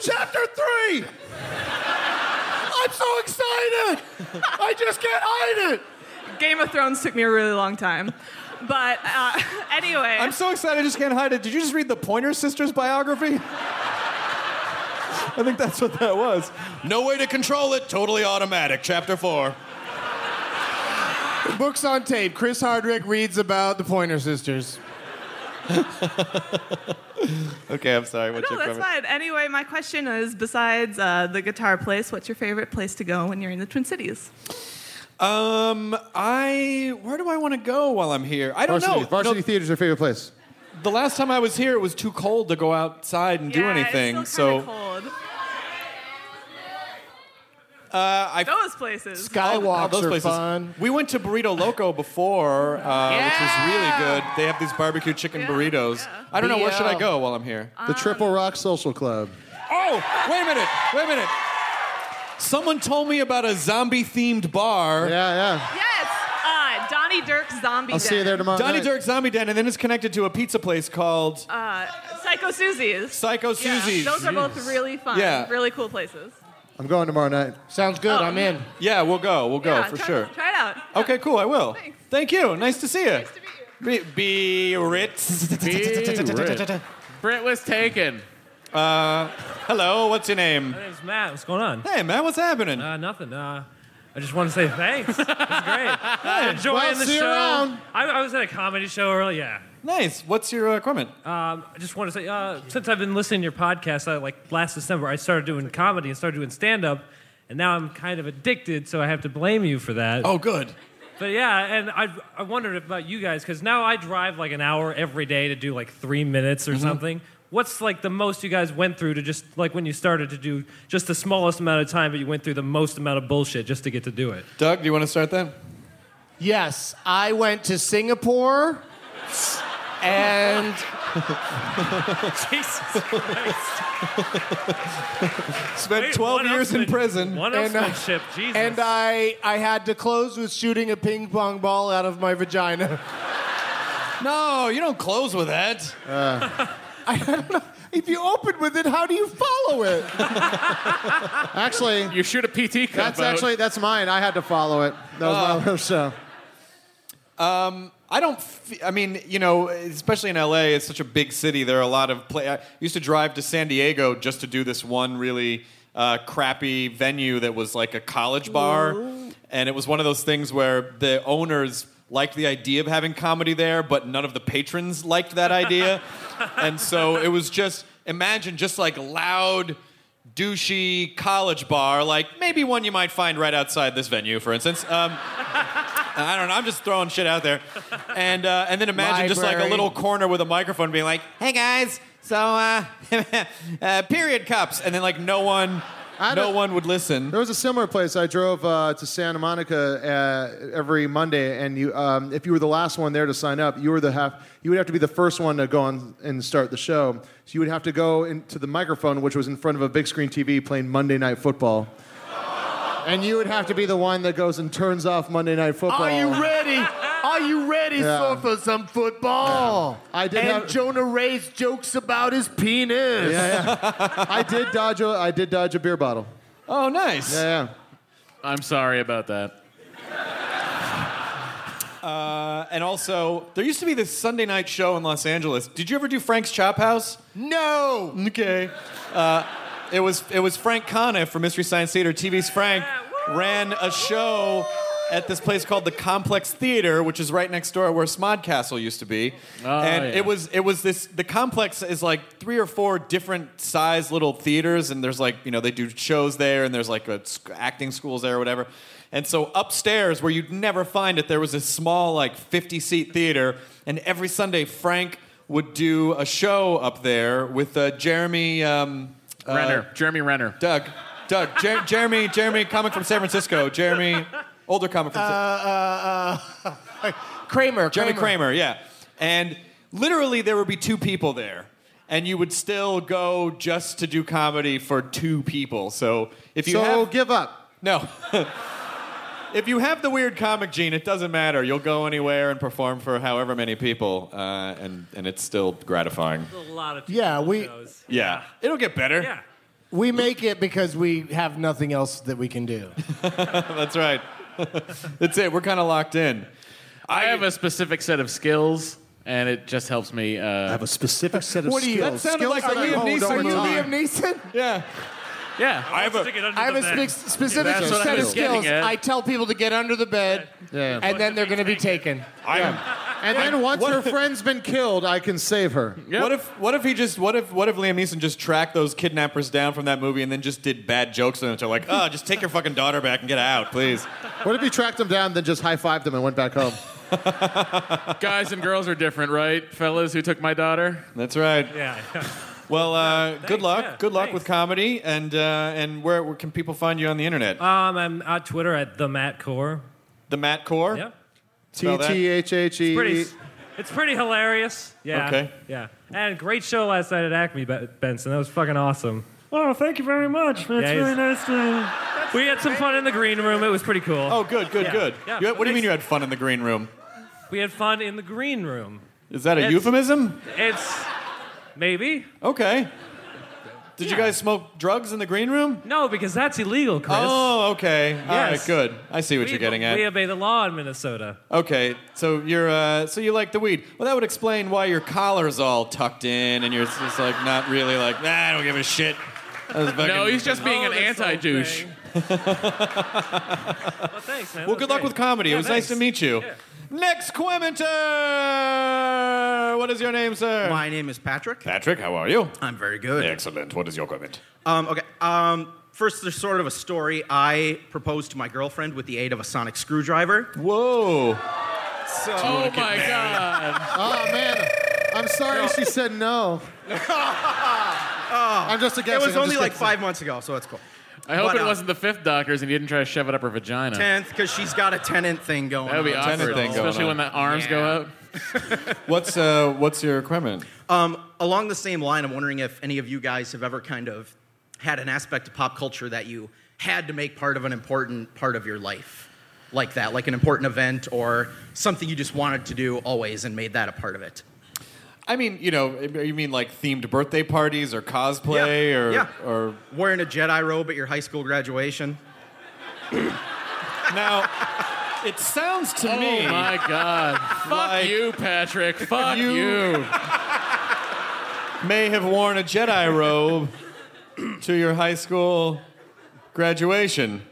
Speaker 4: Chapter three.
Speaker 10: I'm so excited. I just can't hide it. Game of Thrones took me a really long time. But uh, anyway.
Speaker 1: I'm so excited I just can't hide it. Did you just read the Pointer Sisters biography?
Speaker 4: I think that's what that was. No way to control it. Totally automatic. Chapter four.
Speaker 7: Books on tape. Chris Hardwick reads about the Pointer Sisters.
Speaker 1: okay, I'm sorry. What's
Speaker 10: No,
Speaker 1: your
Speaker 10: that's fine.
Speaker 1: comment?
Speaker 10: Anyway, my question is besides uh, the guitar place, what's your favorite place to go when you're in the Twin Cities?
Speaker 1: Um, I where do I want to go while I'm here? I don't
Speaker 3: Varsity-
Speaker 1: know.
Speaker 3: Varsity
Speaker 1: No,
Speaker 3: Theater's your favorite place.
Speaker 1: the last time I was here, it was too cold to go outside and do
Speaker 10: Yeah, it's
Speaker 1: anything.
Speaker 10: still
Speaker 1: so
Speaker 10: kinda cold.
Speaker 1: uh, I
Speaker 10: Those places.
Speaker 1: All those places. We went to Burrito Loco before, uh, which was really good. They have these barbecue chicken burritos. I don't know where should I
Speaker 3: BL.
Speaker 1: go while I'm here.
Speaker 3: The Triple Rock Social Club.
Speaker 1: Oh, wait a minute, wait a minute. Someone told me about a zombie-themed bar.
Speaker 3: Yeah, yeah.
Speaker 10: Yes, uh, Donnie Dirk's Zombie Den.
Speaker 1: Donnie Dirk Zombie Den, and then it's connected to a pizza place called
Speaker 10: Uh, Psycho Susie's.
Speaker 1: Psycho Susie's.
Speaker 10: Those are both really fun.
Speaker 1: Yeah.
Speaker 10: Really cool places.
Speaker 3: I'm going tomorrow night.
Speaker 7: Sounds
Speaker 10: good, Oh. I'm in.
Speaker 1: Yeah, we'll go. We'll go
Speaker 10: Yeah,
Speaker 1: for
Speaker 10: try,
Speaker 1: sure.
Speaker 10: Try it out.
Speaker 1: Okay, cool. I will. Thank you. Nice to see you. Be, be Ritz.
Speaker 5: Ritz. Britt was taken.
Speaker 1: Uh, hello. What's your name?
Speaker 12: My name's Matt. What's going on?
Speaker 1: Hey, man. What's happening?
Speaker 12: Uh, nothing. Uh, I just want to say thanks. It's great. I'm enjoying
Speaker 1: Well,
Speaker 12: the
Speaker 1: see you
Speaker 12: show.
Speaker 1: around.
Speaker 12: I, I was at a comedy show earlier. Yeah.
Speaker 1: Nice. What's your uh, comment?
Speaker 12: Um, I just want to say, uh, since I've been listening to your podcast, I, like last December, I started doing comedy and started doing stand up, and now I'm kind of addicted, so I have to blame you for that.
Speaker 1: Oh, good.
Speaker 12: But yeah, and I I wondered about you guys because now I drive like an hour every day to do like three minutes or
Speaker 1: Mm-hmm.
Speaker 12: something. What's like the most you guys went through to just like when you started to do just the smallest amount of time, but you went through the most amount of bullshit just to get to do it?
Speaker 1: Doug, do you want to start that?
Speaker 7: Yes, I went to Singapore, and
Speaker 12: Jesus
Speaker 1: Spent 12 years in prison.
Speaker 7: And, uh, And I, I had to close with shooting a ping pong ball out of my vagina.
Speaker 1: No, you don't close with that. Uh,
Speaker 7: I don't know. If you open with it, how do you follow it?
Speaker 3: Actually,
Speaker 5: you shoot a PT.
Speaker 3: That's
Speaker 1: Cup out.
Speaker 3: actually that's mine. I had to follow it. That was my
Speaker 1: Oh.
Speaker 3: little show.
Speaker 1: Um, I don't. F- I mean, you know, especially in LA, it's such a big city. There are a lot of play. I used to drive to San Diego just to do this one really uh, crappy venue that was like a college bar, and it was one of those things where the owners liked the idea of having comedy there, but none of the patrons liked that idea, and so it was just imagine just like loud. Douchey college bar, like maybe one you might find right outside this venue, for instance. Um, I don't know. I'm just throwing shit out there. And uh, and then imagine just like a
Speaker 4: Library.
Speaker 1: little corner with a microphone being like, "Hey guys, so uh, uh period cups," and then like no one, no one would listen.
Speaker 3: There was a similar place. I drove uh, to Santa Monica uh, every Monday, and you, um, if you were the last one there to sign up, you were the half. You would have to be the first one to go on and start the show. So you would have to go into the microphone, which was in front of a big screen TV, playing Monday Night Football. And you would have to be the one that goes and turns off Monday Night Football.
Speaker 13: Are you ready? Are you ready,
Speaker 3: Yeah.
Speaker 13: sir, for some football?
Speaker 3: I did
Speaker 13: And
Speaker 3: have-
Speaker 13: Jonah Ray's jokes about his penis.
Speaker 3: Yeah, yeah. I did dodge a I did dodge a beer bottle.
Speaker 1: Oh, nice.
Speaker 3: Yeah, yeah.
Speaker 5: I'm sorry about that.
Speaker 1: Uh, and also, there used to be this Sunday night show in Los Angeles. Did you ever do Frank's Chop House?
Speaker 13: No.
Speaker 1: Okay. Uh, it was it was Frank Conniff from Mystery Science Theater. TV's Frank ran a show at this place called the Complex Theater, which is right next door where Smodcastle used to be.
Speaker 5: Ah,
Speaker 4: Oh,
Speaker 1: and
Speaker 4: yeah.
Speaker 1: it was it was this the complex is like three or four different size little theaters and there's like you know they do shows there and there's like a, sc- acting schools there or whatever and so upstairs where you'd never find it there was this small like 50 seat theater and every sunday frank would do a show up there with uh, jeremy um,
Speaker 5: Renner. jeremy renner
Speaker 1: doug doug Jer- jeremy jeremy comic from san francisco jeremy older comic from san
Speaker 7: uh, uh, Kramer.
Speaker 1: Jeremy Kramer, yeah. And literally, there would be two people there. and you would still go just to do comedy for two people. So if you
Speaker 3: So
Speaker 1: have,
Speaker 3: give up.
Speaker 1: No. if you have the weird comic gene, it doesn't matter. You'll go anywhere and perform for however many people, uh, and and it's still gratifying.
Speaker 7: Yeah, we
Speaker 1: Yeah, it'll get better. Yeah,
Speaker 7: we make it because we have nothing else that we can do.
Speaker 1: that's right. that's it. We're kind of locked in.
Speaker 5: I have a specific set of skills, and it just helps me. Uh, I have
Speaker 14: a specific set
Speaker 5: of
Speaker 15: What do you- that sounded like a Liam Neeson. Are you
Speaker 7: Neeson?
Speaker 1: Yeah.
Speaker 5: Yeah.
Speaker 7: I have a, I have a spec- specific
Speaker 15: That's what I
Speaker 7: set of
Speaker 15: was getting
Speaker 7: skills.
Speaker 15: at.
Speaker 7: I tell people to get under the bed,
Speaker 3: Yeah.
Speaker 7: and then they're going to be taken.
Speaker 3: And then once her friend's been killed, I can save her.
Speaker 1: What if what if he just what if what if Liam Neeson just tracked those kidnappers down from that movie and then just did bad jokes on them? They're like, oh, just take your fucking daughter back and get out, please.
Speaker 3: What if he tracked them down, then just high fived them and went back home?
Speaker 5: Guys and girls are different, right? Fellas who took my daughter.
Speaker 1: That's right.
Speaker 12: Yeah.
Speaker 1: Well, uh, good luck. good luck with comedy, and uh, and where, where can people find you on the internet?
Speaker 12: Um, I'm on Twitter at the Matt Core.
Speaker 1: The Matt Core.
Speaker 12: Yep.
Speaker 3: T T H H
Speaker 12: It's
Speaker 3: E.
Speaker 12: pretty. It's pretty hilarious. Yeah.
Speaker 1: Okay.
Speaker 12: Yeah. And great show last night at Acme, Be- Benson. That was fucking awesome.
Speaker 14: Oh, thank you very much. That's
Speaker 12: Yeah, he's-
Speaker 14: really nice to.
Speaker 12: We had some fun in the green room. It was pretty cool.
Speaker 1: Oh, good, good,
Speaker 12: Yeah.
Speaker 1: good.
Speaker 12: Yeah.
Speaker 1: You had- what do you mean you had fun in the green room?
Speaker 12: We had fun in the green room.
Speaker 1: Is that a
Speaker 12: It's-
Speaker 1: euphemism?
Speaker 12: It's maybe.
Speaker 1: Okay. Did you guys smoke drugs in the green room?
Speaker 12: No, because that's illegal, Chris.
Speaker 1: Oh, okay. All right,
Speaker 12: Yes.
Speaker 1: good. I see what
Speaker 12: we,
Speaker 1: you're getting at.
Speaker 12: We obey the law in Minnesota.
Speaker 1: Okay, so you're uh, so you like the weed. Well, that would explain why your collar's all tucked in and you're just like not really like nah, I don't give a shit. That was
Speaker 5: No,
Speaker 1: fucking-
Speaker 5: he's just being an anti-douche.
Speaker 12: Well, thanks, man.
Speaker 1: Well,
Speaker 12: That was
Speaker 1: good luck
Speaker 12: great.
Speaker 1: with comedy.
Speaker 12: Yeah,
Speaker 1: it was
Speaker 12: thanks.
Speaker 1: nice to meet you. Next commenter. What is your name, sir?
Speaker 14: My name is Patrick.
Speaker 1: Patrick, how are you?
Speaker 14: I'm very good.
Speaker 1: Excellent. What is your comment?
Speaker 14: Um, okay. Um, first, there's sort of a story. I proposed to my girlfriend with the aid of a sonic screwdriver.
Speaker 1: Whoa.
Speaker 14: So
Speaker 3: Oh my
Speaker 5: God.
Speaker 3: oh man, I'm sorry she said no. I'm just a guessing,
Speaker 14: It was
Speaker 3: I'm
Speaker 14: only
Speaker 3: just
Speaker 14: like
Speaker 3: guessing.
Speaker 14: five months ago, so it's cool.
Speaker 5: I hope
Speaker 14: But,
Speaker 5: it
Speaker 14: uh,
Speaker 5: wasn't the fifth doctors and you didn't try to shove it up her vagina.
Speaker 14: Tenth, because she's got a tenant thing going.
Speaker 5: That would be
Speaker 14: on,
Speaker 5: awkward,
Speaker 14: so-
Speaker 5: especially when the arms go
Speaker 14: Yeah.
Speaker 5: out.
Speaker 1: What's uh, what's your comment?
Speaker 14: Um, along the same line, I'm wondering if any of you guys have ever kind of had an aspect of pop culture that you had to make part of an important part of your life, like that, like an important event or something you just wanted to do always and made that a part of it.
Speaker 1: I mean, you know, eh, you mean like themed birthday parties or cosplay or
Speaker 14: yeah.
Speaker 1: or
Speaker 14: wearing a Jedi robe at your high school graduation.
Speaker 1: now, it sounds to
Speaker 5: oh
Speaker 1: me.
Speaker 5: my God. Fuck you, Patrick. Fuck you.
Speaker 1: may have worn a Jedi robe to your high school graduation.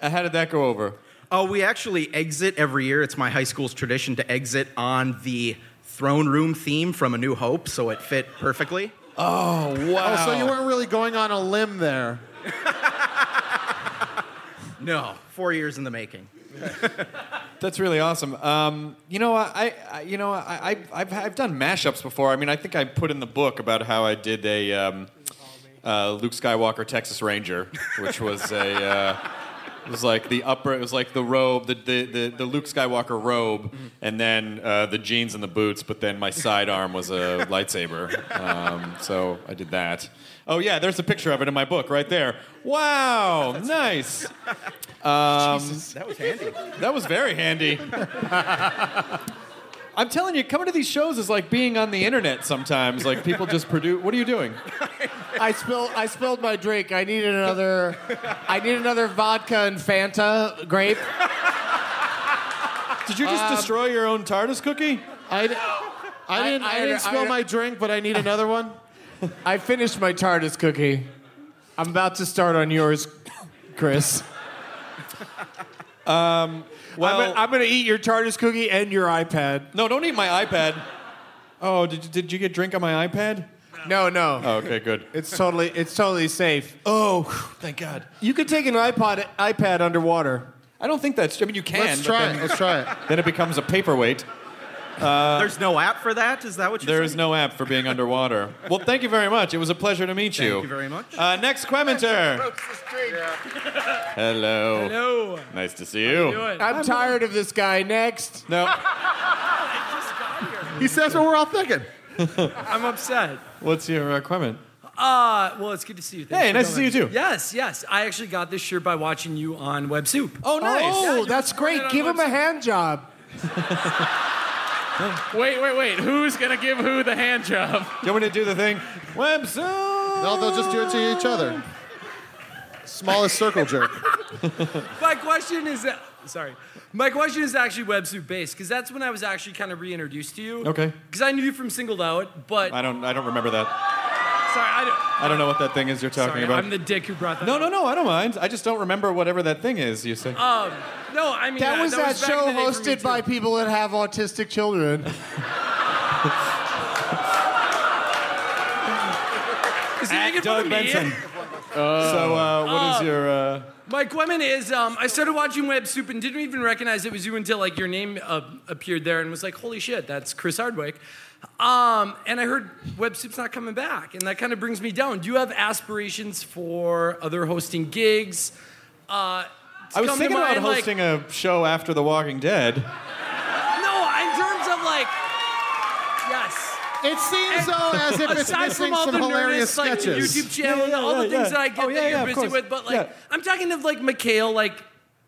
Speaker 1: Uh, How did that go over?
Speaker 14: Oh, we actually exit every year. It's my high school's tradition to exit on the throne room theme from A New Hope, so it fit perfectly.
Speaker 1: Oh
Speaker 3: Oh, so you weren't really going on a limb there.
Speaker 14: No, four years in the making.
Speaker 1: That's really awesome. Um, you know, I, I you know, I, I, I've, I've done mashups before. I mean, I think I put in the book about how I did a um, uh, Luke Skywalker Texas Ranger, which was a. Uh, it was like the upper. It was like the robe, the the, the, the Luke Skywalker robe, and then uh, the jeans and the boots. But then my sidearm was a lightsaber. Um, so I did that. Oh yeah, there's a picture of it in my book right there. Wow, nice. Um,
Speaker 14: that was handy.
Speaker 1: That was very handy. I'm telling you, coming to these shows is like being on the internet sometimes. Like people just produce. What are you doing?
Speaker 7: I spilled I spilled my drink. I needed another I need another vodka and Fanta grape. Um,
Speaker 1: Did you just destroy your own TARDIS cookie?
Speaker 3: I, I didn't. I, didn't spill my drink, but I need another one.
Speaker 7: I finished my TARDIS cookie. I'm about to start on yours, Chris.
Speaker 1: Um, well,
Speaker 7: I'm, gonna, I'm gonna eat your TARDIS cookie and your iPad.
Speaker 1: No, don't eat my iPad. Oh, did you, did you get drink on my iPad?
Speaker 7: No, no.
Speaker 1: Oh, okay, good.
Speaker 7: It's totally it's totally safe.
Speaker 1: Oh, thank God.
Speaker 7: You could take an iPod iPad underwater.
Speaker 1: I don't think that's. I mean, you can.
Speaker 7: Let's
Speaker 1: but
Speaker 7: try
Speaker 1: then-
Speaker 7: it, let's try it.
Speaker 1: Then it becomes a paperweight. Uh,
Speaker 14: There's no app for that? Is that what you're
Speaker 1: there is no app for being underwater. Well, thank you very much. It was a pleasure to meet you.
Speaker 14: Thank you very much.
Speaker 1: Uh, next commenter. Hello.
Speaker 7: Hello.
Speaker 1: Nice to see you.
Speaker 7: I'm, tired of this guy. Next.
Speaker 1: No.
Speaker 3: He says what we're all thinking.
Speaker 16: I'm upset.
Speaker 1: What's your requirement?
Speaker 16: Uh, well, it's good to see you.
Speaker 1: Hey, nice to see you, too.
Speaker 16: Yes, yes. I actually got this shirt by watching you on Web Soup. Yeah,
Speaker 17: Oh,
Speaker 16: you
Speaker 17: that's great. Give him a hand job.
Speaker 16: Oh.
Speaker 5: Wait, wait, wait. Who's gonna give who the hand job?
Speaker 1: Do you want me to do the thing? Web
Speaker 3: No, they'll just do it to each other. Smallest circle jerk.
Speaker 16: My question is, uh, sorry. My question is actually WebSoup based because that's when I was actually kind of reintroduced to you.
Speaker 1: Okay.
Speaker 16: Because I knew you from Singled Out, but
Speaker 1: I don't. I don't remember that.
Speaker 16: sorry, I don't.
Speaker 1: I don't know what that thing is you're talking
Speaker 16: Sorry,
Speaker 1: about.
Speaker 16: I'm the dick who brought that.
Speaker 1: no, no, no. I don't mind. I just don't remember whatever that thing is. You said.
Speaker 16: Um, no, I mean
Speaker 17: that
Speaker 16: uh,
Speaker 17: was that,
Speaker 16: back
Speaker 17: show
Speaker 16: in the day for me,
Speaker 17: hosted by people that have autistic children.
Speaker 16: Is he making fun of me?
Speaker 1: so, uh, what is
Speaker 16: Oh.
Speaker 1: your? Uh,
Speaker 16: My question is, um, I started watching Web Soup and didn't even recognize it was you until like your name uh, appeared there and was like, holy shit, that's Chris Hardwick. Um, and I heard Web Soup's not coming back, and that kind of brings me down. Do you have aspirations for other hosting gigs? Uh, it's
Speaker 1: I was
Speaker 16: come to
Speaker 1: thinking about
Speaker 16: mind, like-
Speaker 1: hosting a show after The Walking Dead.
Speaker 16: no, in terms of like, yes.
Speaker 3: It seems
Speaker 16: though
Speaker 3: as if it's
Speaker 16: aside
Speaker 3: missing
Speaker 16: from all
Speaker 3: some
Speaker 16: the
Speaker 3: hilarious
Speaker 16: Nerdist, like,
Speaker 3: sketches.
Speaker 16: YouTube channel,
Speaker 3: Yeah, yeah,
Speaker 16: and all the
Speaker 3: yeah,
Speaker 16: things
Speaker 3: yeah.
Speaker 16: that I get
Speaker 3: Oh, yeah,
Speaker 16: that you're
Speaker 3: yeah, of
Speaker 16: busy
Speaker 3: course.
Speaker 16: with, but like,
Speaker 3: Yeah.
Speaker 16: I'm talking of like McHale, like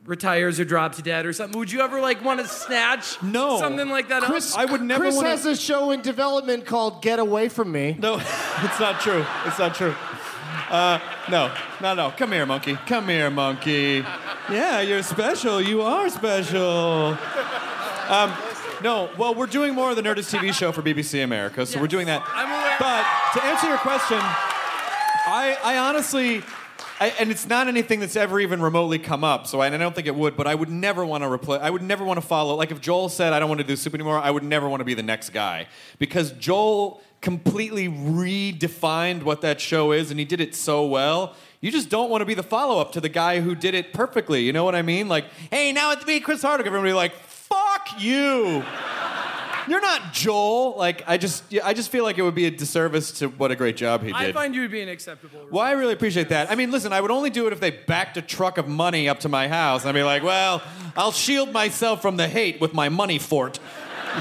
Speaker 16: retires or drops dead or something. Would you ever like want to snatch no something like that?
Speaker 17: Chris,
Speaker 16: up?
Speaker 17: Chris has a show in development called "Get Away from Me."
Speaker 1: No, it's not true. It's not true. Uh, no, no, no. Come here, monkey. Come here, monkey. Yeah, you're special. You are special. Um, no, well, we're doing more of the Nerdist TV show for BBC America, so we're doing that. I'm aware. But to answer your question, I, I honestly, I, and it's not anything that's ever even remotely come up. So I, and I don't think it would. But I would never want to replace. I would never want to follow. Like if Joel said, "I don't want to do soup anymore," I would never want to be the next guy because Joel completely redefined what that show is, and he did it so well. You just don't want to be the follow-up to the guy who did it perfectly. You know what I mean? Like, hey, now it's me, Chris Hardwick. Everybody like, fuck you. You're not Joel. Like, I just, yeah, I just feel like it would be a disservice to what a great job he did.
Speaker 16: I find you being acceptable.
Speaker 1: Well, I really appreciate that. I mean, listen, I would only do it if they backed a truck of money up to my house. And I'd be like, well, I'll shield myself from the hate with my money fort.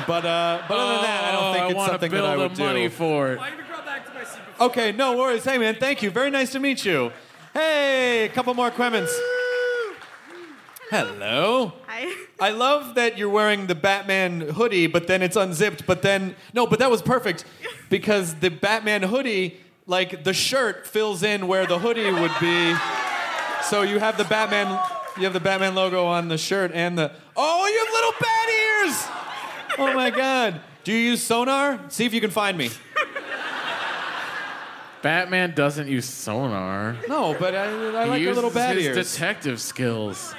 Speaker 1: But, uh, but other than that, I don't
Speaker 5: Oh,
Speaker 1: think
Speaker 5: I
Speaker 1: it's
Speaker 5: wanna
Speaker 1: something
Speaker 5: build
Speaker 1: that I
Speaker 5: a
Speaker 1: would
Speaker 5: money
Speaker 1: do.
Speaker 5: fort.
Speaker 1: Okay, no worries. Hey, man, thank you. Very nice to meet you. Hey, a couple more Quemmons. Hello.
Speaker 18: Hi.
Speaker 1: I love that you're wearing the Batman hoodie, but then it's unzipped, but then no, but that was perfect because the Batman hoodie, like the shirt fills in where the hoodie would be. So you have the Batman you have the Batman logo on the shirt and the Oh, you have little bat ears. Oh my god. Do you use sonar? See if you can find me.
Speaker 5: Batman doesn't use sonar.
Speaker 1: No, but I, I like
Speaker 5: he
Speaker 1: your
Speaker 5: uses
Speaker 1: little bat
Speaker 5: his
Speaker 1: ears.
Speaker 5: detective skills.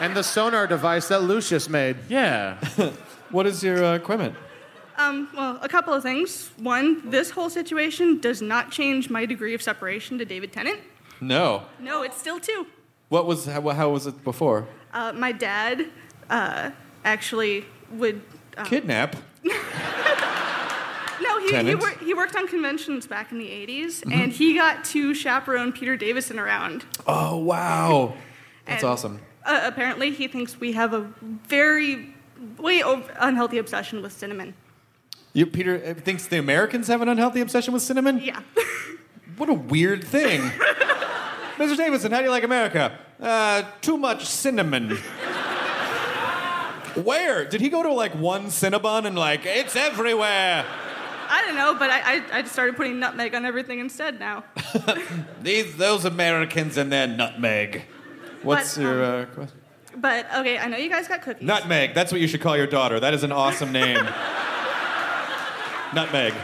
Speaker 3: And the sonar device that Lucius made.
Speaker 5: Yeah.
Speaker 1: what is your uh, equipment?
Speaker 18: Um, well, a couple of things. One, this whole situation does not change my degree of separation to David Tennant.
Speaker 1: No.
Speaker 18: No, it's still two.
Speaker 1: What was how, how was it before?
Speaker 18: Uh, my dad uh, actually would. Um,
Speaker 1: Kidnap.
Speaker 18: No, he, he,
Speaker 1: Tennant?
Speaker 18: wor- he worked on conventions back in the 80s,
Speaker 1: Mhm.
Speaker 18: and he got to chaperone Peter Davison around.
Speaker 1: Oh wow. That's
Speaker 18: And-
Speaker 1: awesome.
Speaker 18: Uh, apparently, he thinks we have a very, way over- unhealthy obsession with cinnamon.
Speaker 1: You, Peter uh, thinks the Americans have an unhealthy obsession with cinnamon?
Speaker 18: Yeah.
Speaker 1: What a weird thing. Mr. Davidson, how do you like America? Uh, too much cinnamon. Where? Did he go to like one Cinnabon and like, it's everywhere?
Speaker 18: I don't know, but I, I, I just started putting nutmeg on everything instead now.
Speaker 1: These, those Americans and their nutmeg. What's
Speaker 18: But, um,
Speaker 1: your uh, question?
Speaker 18: But okay, I know you guys got cookies.
Speaker 1: Nutmeg, that's what you should call your daughter. That is an awesome name. Nutmeg.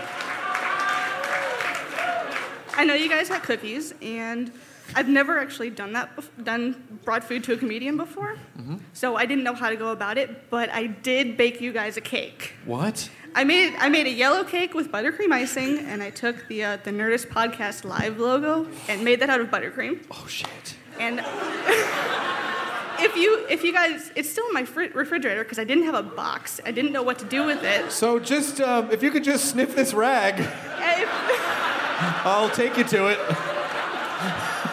Speaker 18: I know you guys got cookies, and I've never actually done that, bef- done brought food to a comedian before,
Speaker 14: Mm-hmm.
Speaker 18: so I didn't know how to go about it. But I did bake you guys a cake.
Speaker 1: What?
Speaker 18: I made I made a yellow cake with buttercream icing, and I took the uh, the Nerdist podcast live logo and made that out of buttercream.
Speaker 1: Oh shit!
Speaker 18: And if you if you guys, it's still in my fri- refrigerator because I didn't have a box. I didn't know what to do with it.
Speaker 1: So just, um, if you could just sniff this rag,
Speaker 18: If-
Speaker 1: I'll take you to it.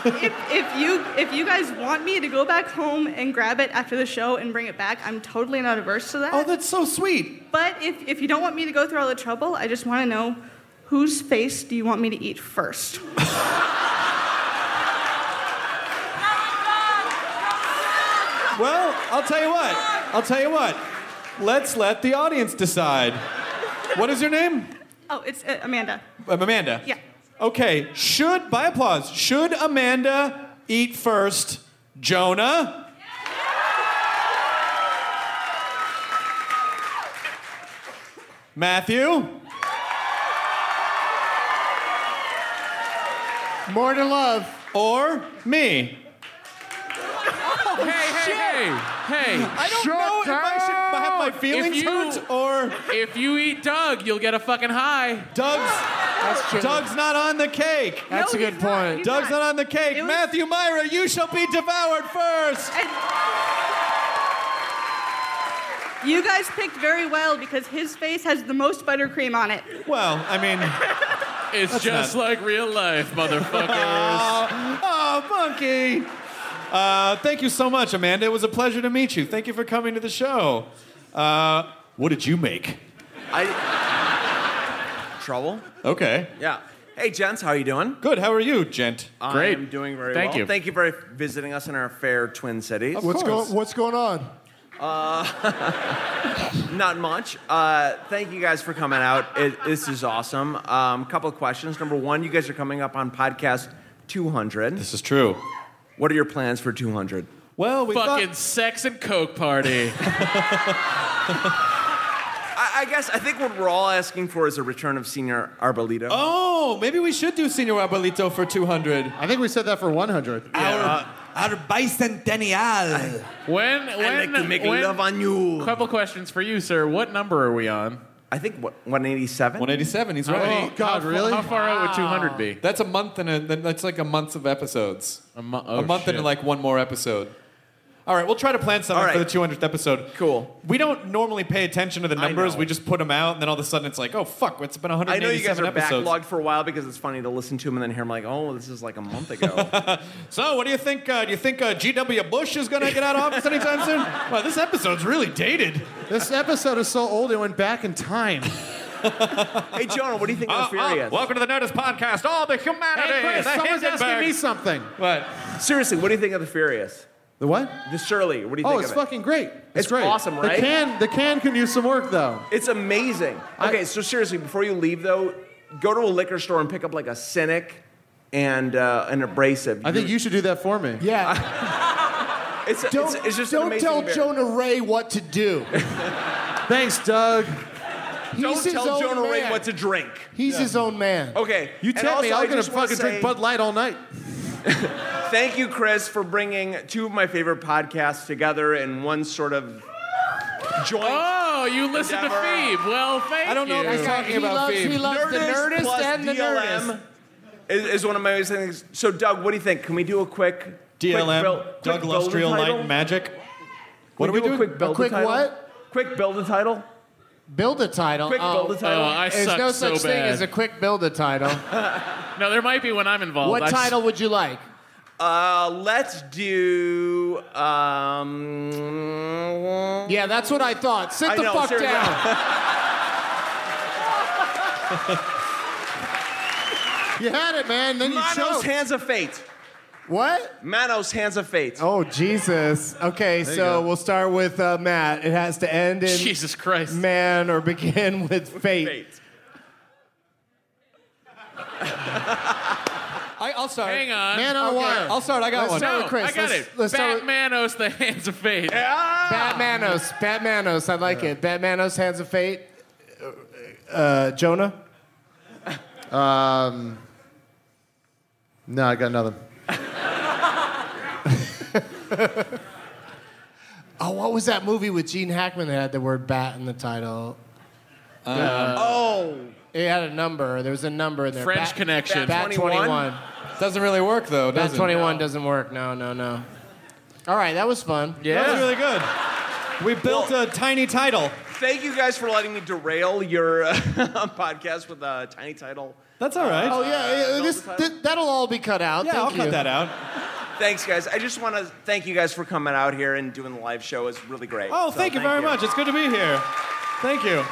Speaker 18: if, if you if you guys want me to go back home and grab it after the show and bring it back, I'm totally not averse to that. Oh,
Speaker 5: that's so sweet.
Speaker 18: But if if you don't want me to go through all the trouble, I just want to know whose face do you want me to eat first?
Speaker 1: Well, I'll tell you what. I'll tell you what. Let's let the audience decide. What is your name?
Speaker 18: Oh, it's uh, Amanda.
Speaker 1: Um, Amanda.
Speaker 18: Yeah.
Speaker 1: Okay. Should by applause. Should Amanda eat first? Jonah. Matthew.
Speaker 7: More to love.
Speaker 1: Or me.
Speaker 5: hey, hey, hey, hey.
Speaker 1: I don't know if I should have my feelings
Speaker 5: If you-
Speaker 1: hurt or
Speaker 5: if you eat Doug, you'll get a fucking high.
Speaker 1: Doug's Doug's not on the cake.
Speaker 5: That's No, a good he's not. point. He's
Speaker 1: Doug's not. on the cake. Matthew Myra, you shall be devoured first.
Speaker 18: You guys picked very well because his face has the most buttercream on it.
Speaker 1: Well, I mean,
Speaker 5: It's
Speaker 1: That's
Speaker 5: just like real life, motherfuckers.
Speaker 1: oh, monkey. Uh, thank you so much, Amanda. It was a pleasure to meet you. Thank you for coming to the show. Uh, what did you make?
Speaker 19: Trouble?
Speaker 1: Okay.
Speaker 19: Yeah. Hey, gents, how are you doing?
Speaker 1: Good. How are you, gent?
Speaker 19: I am doing very
Speaker 1: Thank
Speaker 19: well.
Speaker 1: you.
Speaker 19: Thank you for visiting us in our fair Twin Cities.
Speaker 7: what's going What's going on?
Speaker 19: Uh, not much. Uh, thank you guys for coming out. It, this is awesome. A um, couple of questions. Number one, you guys are coming up on podcast 200. This
Speaker 1: is true.
Speaker 19: What are your plans for 200?
Speaker 1: Well, we
Speaker 5: fucking sex and coke party.
Speaker 19: I, I guess I think what we're all asking for is a return of Senior Arbolito.
Speaker 1: Oh, maybe we should do Senor Abuelito for 200.
Speaker 3: I think we said that for 100.
Speaker 19: Our bicentennial.
Speaker 20: When when
Speaker 19: like to make
Speaker 20: when,
Speaker 19: love on you.
Speaker 20: Couple questions for you, sir. What number are we on?
Speaker 19: I think what 187.
Speaker 1: 187. He's
Speaker 20: How
Speaker 1: right.
Speaker 20: many- how, fa- How far out would 200 be?
Speaker 1: That's a month and a, then that's like a month of episodes. A,
Speaker 20: oh,
Speaker 1: month and
Speaker 20: shit.
Speaker 1: like one more episode. All right, we'll try to plan something for the 200th episode. Cool. We don't normally pay attention to the numbers. We just put them out, and then all of a sudden it's like, oh fuck, it's been
Speaker 19: I
Speaker 1: 187
Speaker 19: know you guys are
Speaker 1: episodes.
Speaker 19: backlogged for a while because it's funny to listen to them and then hear them like, oh, this is like a month ago.
Speaker 1: So, what do you think? Uh, do you think uh, G.W. Bush is going to get out of office anytime soon? Wow, this episode's really dated.
Speaker 3: This episode is so old it went back in time.
Speaker 19: hey, Jonah, what do you think
Speaker 1: Uh, uh, welcome to the Nerdist Podcast. All the humanity.
Speaker 3: Hey, Chris,
Speaker 1: the
Speaker 3: someone's asking
Speaker 1: Hindenburg.
Speaker 3: me something.
Speaker 1: What?
Speaker 19: Seriously, what do you think of the Furious?
Speaker 3: The what?
Speaker 19: The Shirley. What do you
Speaker 3: Oh,
Speaker 19: think
Speaker 3: it's
Speaker 19: of it?
Speaker 3: fucking great. It's,
Speaker 19: It's
Speaker 3: great.
Speaker 19: awesome, right?
Speaker 3: The can, the can can use some work, though.
Speaker 19: It's amazing. Okay, so seriously, before you leave though, go to a liquor store and pick up like a cynic and uh, an abrasive.
Speaker 3: I think you should do that for me.
Speaker 7: Yeah.
Speaker 19: It's,
Speaker 7: don't
Speaker 19: it's, it's just an
Speaker 7: don't
Speaker 19: amazing
Speaker 7: tell
Speaker 19: beer.
Speaker 7: Jonah Ray what to do.
Speaker 3: Thanks, Doug.
Speaker 19: Don't
Speaker 7: He's his
Speaker 19: tell
Speaker 7: own
Speaker 19: Jonah Ray
Speaker 7: man.
Speaker 19: what to drink.
Speaker 7: He's his own man.
Speaker 19: Okay.
Speaker 3: You
Speaker 19: and
Speaker 3: tell me,
Speaker 19: also,
Speaker 3: I'm
Speaker 19: I
Speaker 3: gonna
Speaker 19: just wanna
Speaker 3: fucking drink
Speaker 19: say
Speaker 3: Bud Light all night.
Speaker 19: Thank you, Chris, for bringing two of my favorite podcasts together in one sort of joint.
Speaker 5: Oh, you listen to
Speaker 19: endeavor.
Speaker 5: Phoebe. Well, thank you.
Speaker 19: I don't know if he's talking about Phoebe.
Speaker 5: Nerdist
Speaker 19: plus DLM
Speaker 5: Nerdist.
Speaker 19: Is, is one of my amazing things. So, Doug, what do you think? Can we do a quick
Speaker 1: DLM,
Speaker 19: quick bill-
Speaker 1: Doug
Speaker 19: quick
Speaker 1: Lust, Real
Speaker 19: build a
Speaker 1: Light,
Speaker 19: title?
Speaker 1: and Magic.
Speaker 19: What
Speaker 1: are
Speaker 19: do
Speaker 1: we
Speaker 19: we
Speaker 1: doing?
Speaker 19: do? Quick build
Speaker 1: A quick
Speaker 19: a title.
Speaker 1: what?
Speaker 19: Quick build a title.
Speaker 7: Build a title.
Speaker 19: Quick
Speaker 7: oh,
Speaker 19: build a title.
Speaker 7: oh,
Speaker 19: I
Speaker 7: There's
Speaker 19: suck
Speaker 7: no
Speaker 19: so
Speaker 7: such thing
Speaker 19: bad.
Speaker 7: as a quick build a title.
Speaker 20: No, there might be when I'm
Speaker 19: Oh,
Speaker 20: involved.
Speaker 7: what
Speaker 20: I just-
Speaker 7: title would you like?
Speaker 19: Uh, let's do. Um,
Speaker 7: Yeah, that's what I thought. Sit
Speaker 19: I
Speaker 7: the
Speaker 19: know,
Speaker 7: fuck
Speaker 19: seriously.
Speaker 7: down.
Speaker 3: You had it, man. Then
Speaker 19: Manos
Speaker 3: you chose.
Speaker 19: Hands of Fate.
Speaker 7: What?
Speaker 19: Manos Hands of Fate.
Speaker 7: Oh Jesus. Okay,
Speaker 19: There you
Speaker 7: so
Speaker 19: go.
Speaker 7: we'll start with uh, Matt. It has to end in
Speaker 19: Jesus
Speaker 7: Christ, man, or begin with fate.
Speaker 1: I, I'll start.
Speaker 5: Hang on.
Speaker 7: Man on a Okay. wire.
Speaker 1: I'll start. I got
Speaker 7: Let's
Speaker 1: one.
Speaker 7: start with
Speaker 5: No,
Speaker 7: Chris.
Speaker 5: I got
Speaker 7: Let's-
Speaker 5: it.
Speaker 7: let's start with-
Speaker 5: Batmanos, the hands of fate.
Speaker 7: Batmanos, Batmanos. I like it. Batmanos, Hands of Fate. Uh, Jonah.
Speaker 3: Um, no, I got nothing.
Speaker 7: Oh, what was that movie with Gene Hackman that had the word bat in the title? Uh,
Speaker 19: oh.
Speaker 7: It had a number. There was a number in there.
Speaker 5: French
Speaker 7: Bat-
Speaker 5: Connection.
Speaker 7: Bat 21.
Speaker 1: Doesn't really work though.
Speaker 7: Bat
Speaker 1: Does
Speaker 7: 21 doesn't work. No, no, no. All right, that was fun.
Speaker 1: That was really good. We built a tiny title.
Speaker 19: Thank you guys for letting me derail your uh, podcast with a tiny title.
Speaker 1: That's all right.
Speaker 7: Oh yeah,
Speaker 19: Uh,
Speaker 7: uh, this,
Speaker 19: build the
Speaker 7: th- that'll all be cut out. Thank you.
Speaker 19: Thanks, guys. I just want to thank you guys for coming out here and doing the live show. It's really great.
Speaker 1: Oh,
Speaker 19: So
Speaker 1: thank you very much. It's good to be here. Thank you.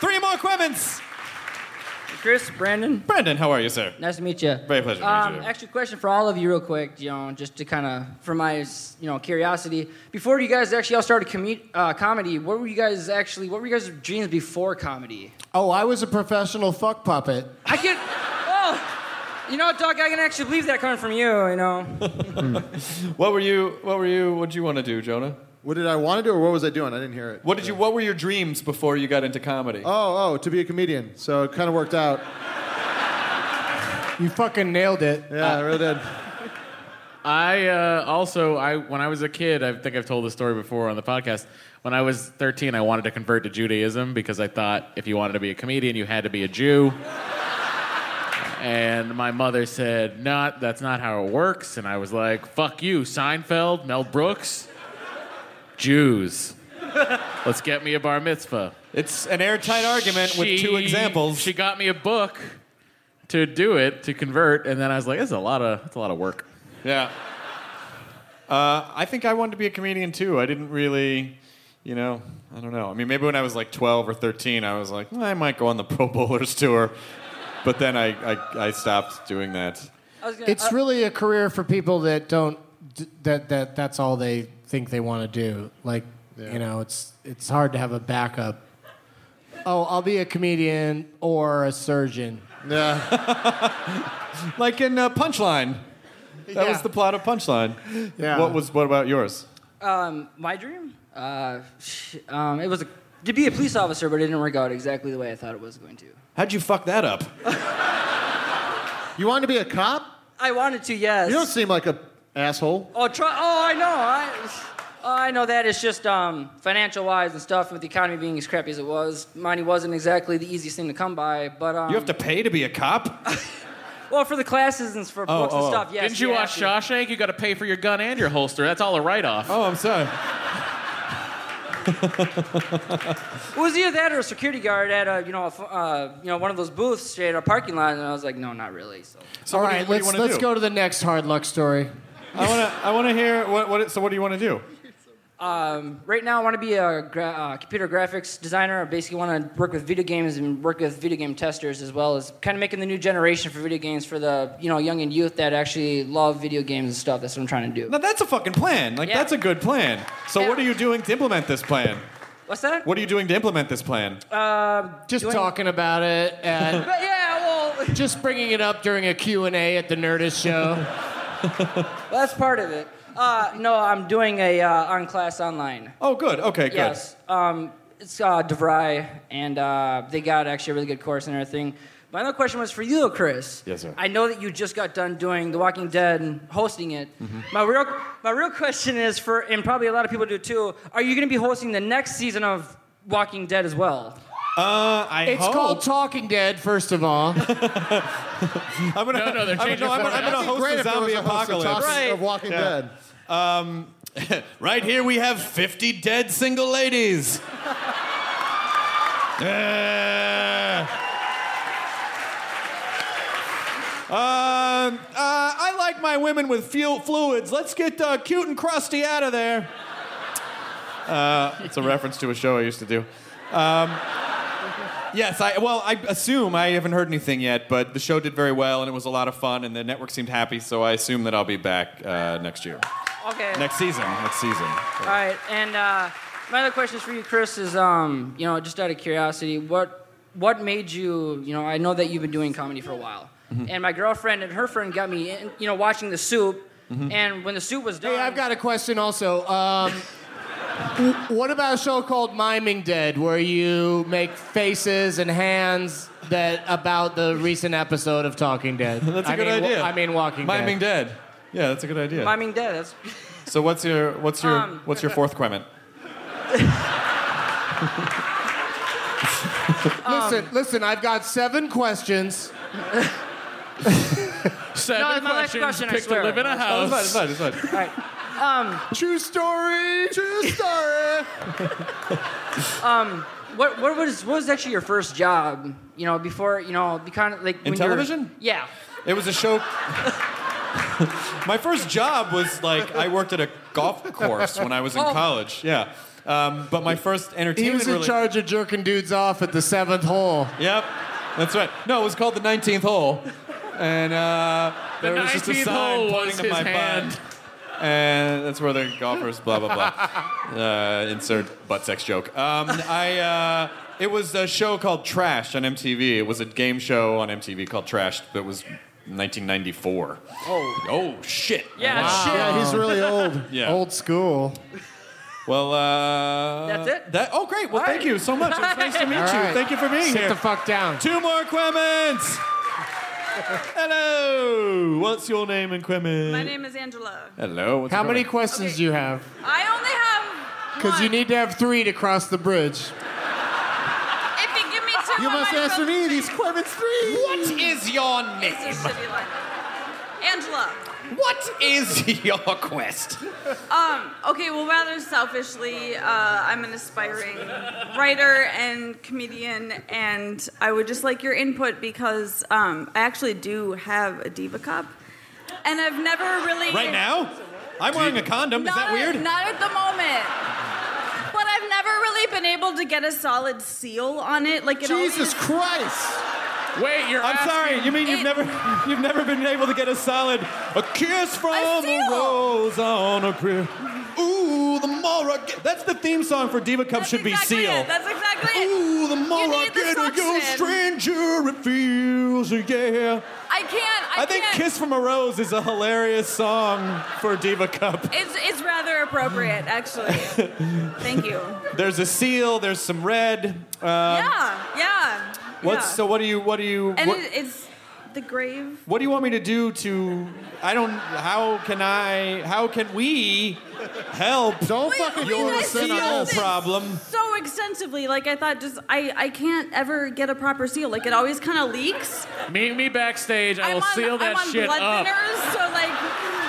Speaker 1: Three more Clemens.
Speaker 21: Chris, Brandon.
Speaker 1: Brandon, how are you, sir?
Speaker 21: Nice to meet you.
Speaker 1: Very pleasure to meet
Speaker 21: Um,
Speaker 1: you.
Speaker 21: actually, question for all of you, real quick, you know, just to kind of for my you know curiosity. Before you guys actually all started commu- uh, comedy, what were you guys actually? What were you guys' dreams before comedy?
Speaker 7: Oh, I was a professional fuck puppet.
Speaker 21: I can. oh, you know, what, Doc, I can actually believe that coming from you. You know. Um,
Speaker 1: what were you? What were you? What did you want to do, Jonah?
Speaker 3: What did I want to do, or what was I doing? I didn't hear it.
Speaker 1: What did you? What were your dreams before you got into comedy?
Speaker 3: Oh, oh, to be a comedian. So it kind of worked out.
Speaker 7: You fucking nailed it.
Speaker 3: Yeah, I really did.
Speaker 5: I uh, also, I when I was a kid, I think I've told this story before on the podcast. When I was 13, I wanted to convert to Judaism because I thought if you wanted to be a comedian, you had to be a Jew. And my mother said, "Not that's not how it works." And I was like, "Fuck you, Seinfeld, Mel Brooks, Jews. Let's get me a bar mitzvah."
Speaker 1: It's an airtight argument with two examples.
Speaker 5: She got me a book to do it to convert, and then I was like, "It's a lot of it's a lot of work."
Speaker 1: Yeah. Uh, I think I wanted to be a comedian too. I didn't really, you know, I don't know. I mean, maybe when I was like 12 or 13, I was like, "Well, I might go on the Pro Bowlers tour. But then I, I, I stopped doing that.
Speaker 7: It's really a career for people that don't d- that that that's all they think they want to do. Like you know, it's it's hard to have a backup. Oh, I'll be a comedian or a surgeon.
Speaker 3: Yeah.
Speaker 1: like in uh, Punchline. That
Speaker 21: Yeah.
Speaker 1: was the plot of Punchline.
Speaker 21: Yeah.
Speaker 1: What was what about yours?
Speaker 21: Um, my dream? Uh, um, it was a, to be a police officer, but it didn't work out exactly the way I thought it was going to.
Speaker 1: How'd you fuck that up?
Speaker 3: you wanted to be a cop?
Speaker 21: I wanted to, yes.
Speaker 3: You don't seem like a asshole.
Speaker 21: Oh, try, oh, I know. I, I know that. It's just um, financial wise and stuff. With the economy being as crappy as it was, money wasn't exactly the easiest thing to come by. But um,
Speaker 1: you have to pay to be a cop?
Speaker 21: Well, for the classes and
Speaker 1: Oh,
Speaker 21: for books and stuff, yes.
Speaker 5: Oh, Didn't you watch
Speaker 21: have
Speaker 5: Shawshank? You got to pay for your gun and your holster. That's all a write-off.
Speaker 1: Oh, I'm sorry.
Speaker 21: to. It was either that or a security guard at a you know a, f- uh, you know one of those booths at a parking lot, and I was like, no, not really. So.
Speaker 7: all right, let's let's go to the next hard luck story.
Speaker 1: I want to I want to hear what what so what do you want to do?
Speaker 21: Um, right now, I want to be a gra- uh, computer graphics designer. I basically want to work with video games and work with video game testers as well as kind of making the new generation for video games for the you know young and youth that actually love video games and stuff. That's what I'm trying to do.
Speaker 1: Now that's a fucking plan. Like that's a good plan. So what are you doing to implement this plan?
Speaker 21: What's that?
Speaker 1: What are you doing to implement this plan?
Speaker 21: Um,
Speaker 7: Just talking about it and
Speaker 21: but yeah, well,
Speaker 7: just bringing it up during a Q&A at the Nerdist show.
Speaker 21: Well, that's part of it. Uh, no, I'm doing a uh, on class online.
Speaker 1: Oh, good. Okay, good.
Speaker 21: Yes. Um, it's uh, DeVry, and uh, they got actually a really good course and everything. My other question was for you, Chris.
Speaker 1: Yes, sir.
Speaker 21: I know that you just got done doing The Walking Dead and hosting it.
Speaker 1: Mm-hmm.
Speaker 21: My real, my real question is for, and probably a lot of people do too. Are you going to be hosting the next season of Walking Dead as well?
Speaker 1: Uh, I
Speaker 7: it's called Talking Dead, first of all.
Speaker 1: I'm gonna,
Speaker 7: No, no, they're
Speaker 1: I'm,
Speaker 7: changing
Speaker 1: no, I'm,
Speaker 7: it
Speaker 1: gonna-
Speaker 7: format.
Speaker 1: I'm gonna
Speaker 7: That'd be
Speaker 1: host
Speaker 7: great
Speaker 1: a
Speaker 7: if it was
Speaker 1: zombie
Speaker 7: a host of
Speaker 1: apocalypse
Speaker 7: Talking- of Walking Dead.
Speaker 1: Um, right here we have 50 dead single ladies. Uh, um, uh, I like my women with fuel fluids. Let's get uh, cute and crusty out of there. Uh, it's a reference to a show I used to do. Um, yes, I well, I assume I haven't heard anything yet, but the show did very well and it was a lot of fun, and the network seemed happy, so I assume that I'll be back uh, next year,
Speaker 21: Okay.
Speaker 1: next season, next season.
Speaker 21: All right, and uh, my other question is for you, Chris. Is um, you know, just out of curiosity, what what made you? You know, I know that you've been doing comedy for a while,
Speaker 7: Mhm.
Speaker 21: and my girlfriend and her friend got me, in, you know, watching the soup. And when the soup was done,
Speaker 7: Hey, I've got a question also. Um, w- what about a show called Miming Dead, where you make faces and hands that about the recent episode of Talking Dead?
Speaker 1: That's a
Speaker 7: I
Speaker 1: good
Speaker 7: mean, wa-
Speaker 1: idea.
Speaker 7: I mean, Walking Dead.
Speaker 1: Miming Dead. Yeah, that's a good idea.
Speaker 21: miming dead. That's
Speaker 1: So what's your what's your
Speaker 21: Um,
Speaker 1: what's your fourth comment?
Speaker 21: Um,
Speaker 7: Listen, listen. I've got seven questions.
Speaker 5: Seven
Speaker 21: no, it's my last
Speaker 5: questions.
Speaker 21: question. I
Speaker 5: Pick to
Speaker 21: swear.
Speaker 5: live in a house.
Speaker 1: It's fine, it's fine, it's fine.
Speaker 21: All right. Um, True story. True story. um, what what was what was actually your first job? You know, before you know, be kind of like
Speaker 1: In
Speaker 21: when you were-
Speaker 1: television?
Speaker 21: yeah.
Speaker 1: It was a show. My first job was like I worked at a golf course when I was in
Speaker 21: Oh.
Speaker 1: college. Yeah, um, but my first
Speaker 7: He
Speaker 1: entertainment.
Speaker 7: was in
Speaker 1: rela-
Speaker 7: charge of jerking dudes off at the seventh hole.
Speaker 1: Yep, that's right. No, it was called the nineteenth hole, and uh,
Speaker 7: The
Speaker 1: there was just a
Speaker 7: 19th
Speaker 1: sign
Speaker 7: hole
Speaker 1: pointing
Speaker 7: was
Speaker 1: to
Speaker 7: his
Speaker 1: my
Speaker 7: hand.
Speaker 1: butt, and that's where the golfers blah blah blah. Uh, insert butt sex joke. Um, I uh, it was a show called Trash on MTV. It was a game show on MTV called Trash that was 1994.
Speaker 21: Oh.
Speaker 1: Oh shit.
Speaker 21: Yeah,
Speaker 1: Wow.
Speaker 21: shit.
Speaker 7: Yeah, he's really old.
Speaker 1: Yeah.
Speaker 7: Old school.
Speaker 1: Well, uh,
Speaker 7: That's it?
Speaker 1: That, oh, great. Well, thank you so much. It was nice to meet
Speaker 7: All
Speaker 1: you.
Speaker 7: right.
Speaker 1: Thank you for being
Speaker 7: Sit
Speaker 1: here.
Speaker 7: the fuck down.
Speaker 1: Two more Quemens. Hello. What's your name in Quemen?
Speaker 11: My name is Angela.
Speaker 1: Hello. What's
Speaker 7: How
Speaker 1: your
Speaker 7: many
Speaker 1: name?
Speaker 7: questions do you have?
Speaker 11: I
Speaker 7: Because you need to have three to cross the bridge.
Speaker 11: only have. If you give me two,
Speaker 7: You
Speaker 11: I
Speaker 7: must
Speaker 11: might
Speaker 7: answer
Speaker 11: go-
Speaker 7: me these Clemens three.
Speaker 1: What is your name?
Speaker 11: It's a shitty line. Angela.
Speaker 1: What is your quest?
Speaker 11: Um, okay, well, rather selfishly, uh, I'm an aspiring writer and comedian, and I would just like your input because um, I actually do have a Diva Cup, and I've never really.
Speaker 1: Right now? I'm wearing a condom. Is
Speaker 11: Not
Speaker 1: that
Speaker 11: at-
Speaker 1: weird?
Speaker 11: Not at the moment. But I've never really been able to get a solid seal on it. Like it Jesus
Speaker 7: Christ!
Speaker 1: Wait, you're. I'm sorry. You mean you've never, you've never been able to get a solid, a kiss from a, rose on a prayer. Ooh, the Mara. That's the theme song for Diva Cup should be Seal.
Speaker 11: That's exactly it.
Speaker 1: Ooh, the more
Speaker 11: you
Speaker 1: I
Speaker 11: need the
Speaker 1: get to you,
Speaker 11: suction.
Speaker 1: stranger, it feels, yeah.
Speaker 11: I can't. I,
Speaker 1: I think
Speaker 11: can't.
Speaker 1: "Kiss from a Rose" is a hilarious song for Diva Cup.
Speaker 11: It's it's rather appropriate, actually. Thank you.
Speaker 1: There's a seal. There's some red. Um,
Speaker 11: yeah, yeah.
Speaker 1: What's
Speaker 11: yeah.
Speaker 1: so? What do you? What do you?
Speaker 11: And
Speaker 1: What,
Speaker 11: it, it's the grave.
Speaker 1: what do you want me to do to? I don't. How can I? How can we help? Don't
Speaker 11: fucking we
Speaker 1: your
Speaker 11: messed it
Speaker 1: seal
Speaker 11: up.
Speaker 1: problem.
Speaker 11: So extensively, like I thought, just I I can't ever get a proper seal. Like it always kind of leaks.
Speaker 5: Meet me backstage. I will
Speaker 11: I'm on,
Speaker 5: seal that
Speaker 11: I'm on
Speaker 5: shit
Speaker 11: blood
Speaker 5: up.
Speaker 11: thinners, so like.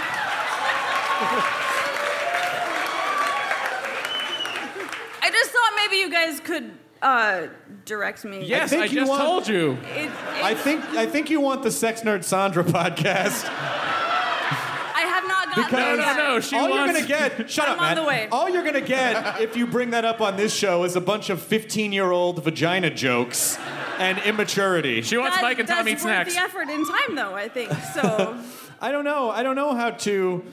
Speaker 11: I just thought maybe you guys could uh, direct me.
Speaker 1: Yes, I I think you just want- told you.
Speaker 11: It,
Speaker 1: I think. I think you want the Sex Nerd Sandra podcast.
Speaker 11: I have not gotten
Speaker 1: Because
Speaker 11: there yet.
Speaker 1: all you're gonna get, shut
Speaker 11: I'm
Speaker 1: up,
Speaker 11: on
Speaker 1: man.
Speaker 11: the way.
Speaker 1: All you're gonna get if you bring that up on this show is a bunch of 15-year-old vagina jokes and immaturity. She
Speaker 11: That- that's worth the effort in time, though. I think so.
Speaker 1: I don't know. I don't know how to.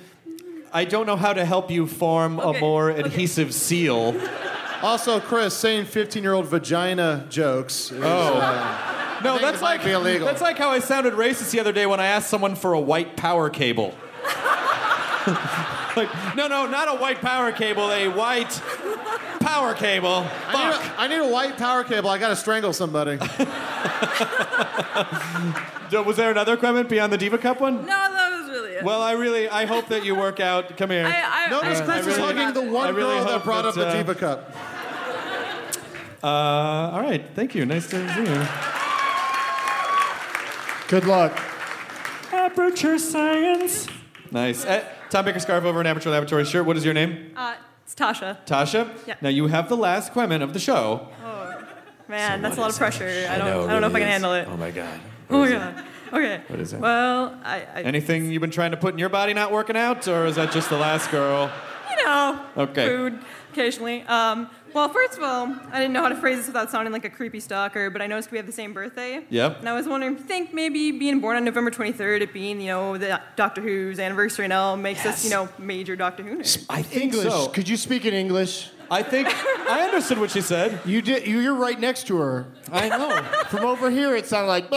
Speaker 1: I don't know how to help you form
Speaker 11: Okay,
Speaker 1: a more
Speaker 11: okay.
Speaker 1: adhesive seal.
Speaker 3: Also, Chris, saying 15 year old vagina jokes. Is,
Speaker 1: Oh.
Speaker 3: uh, I
Speaker 1: no,
Speaker 3: think
Speaker 1: that's
Speaker 3: it might
Speaker 1: like
Speaker 3: be illegal.
Speaker 1: that's like how I sounded racist the other day when I asked someone for a white power cable. like, no, no, not a white power cable, a white power cable.
Speaker 3: I, need a, I need a white power cable. I gotta strangle somebody.
Speaker 1: Was there another equipment beyond the Diva Cup one?
Speaker 11: No, that was really it.
Speaker 1: Well, I really, I hope that you work out. Come here.
Speaker 11: I- I- Notice I- Chris is hugging the one
Speaker 1: I really
Speaker 3: girl that
Speaker 1: hope
Speaker 3: brought up the
Speaker 1: uh,
Speaker 3: Diva Cup.
Speaker 1: Uh, all right, thank you. Nice to see you.
Speaker 7: Good luck.
Speaker 1: Aperture science. Nice. Uh, Tom Baker scarf over an Aperture Laboratory shirt. What is your name?
Speaker 9: Uh, it's Tasha.
Speaker 1: Tasha.
Speaker 9: Yeah.
Speaker 1: Now you have the last quemen of the show.
Speaker 9: Oh, man, that's a lot of pressure. I don't, I, don't know if I can handle it.
Speaker 1: Oh my god.
Speaker 9: Oh, yeah. Okay.
Speaker 1: What is it?
Speaker 9: Well, I, I
Speaker 1: Anything you've been trying to put in your body not working out, or is that just the last girl?
Speaker 9: you know,
Speaker 1: Okay.
Speaker 9: food occasionally. Um, well, first of all, I didn't know how to phrase this without sounding like a creepy stalker, but I noticed we have the same birthday.
Speaker 1: Yep.
Speaker 9: And I was wondering, if you think maybe being born on November 23rd, it being, you know, the Doctor Who's anniversary now makes us, you know, major Doctor Who nerds.
Speaker 1: I
Speaker 7: English. Could you speak in English?
Speaker 1: I think I understood what she said.
Speaker 7: You did. you- You're right next to her.
Speaker 1: I know.
Speaker 7: From over here, it sounded like.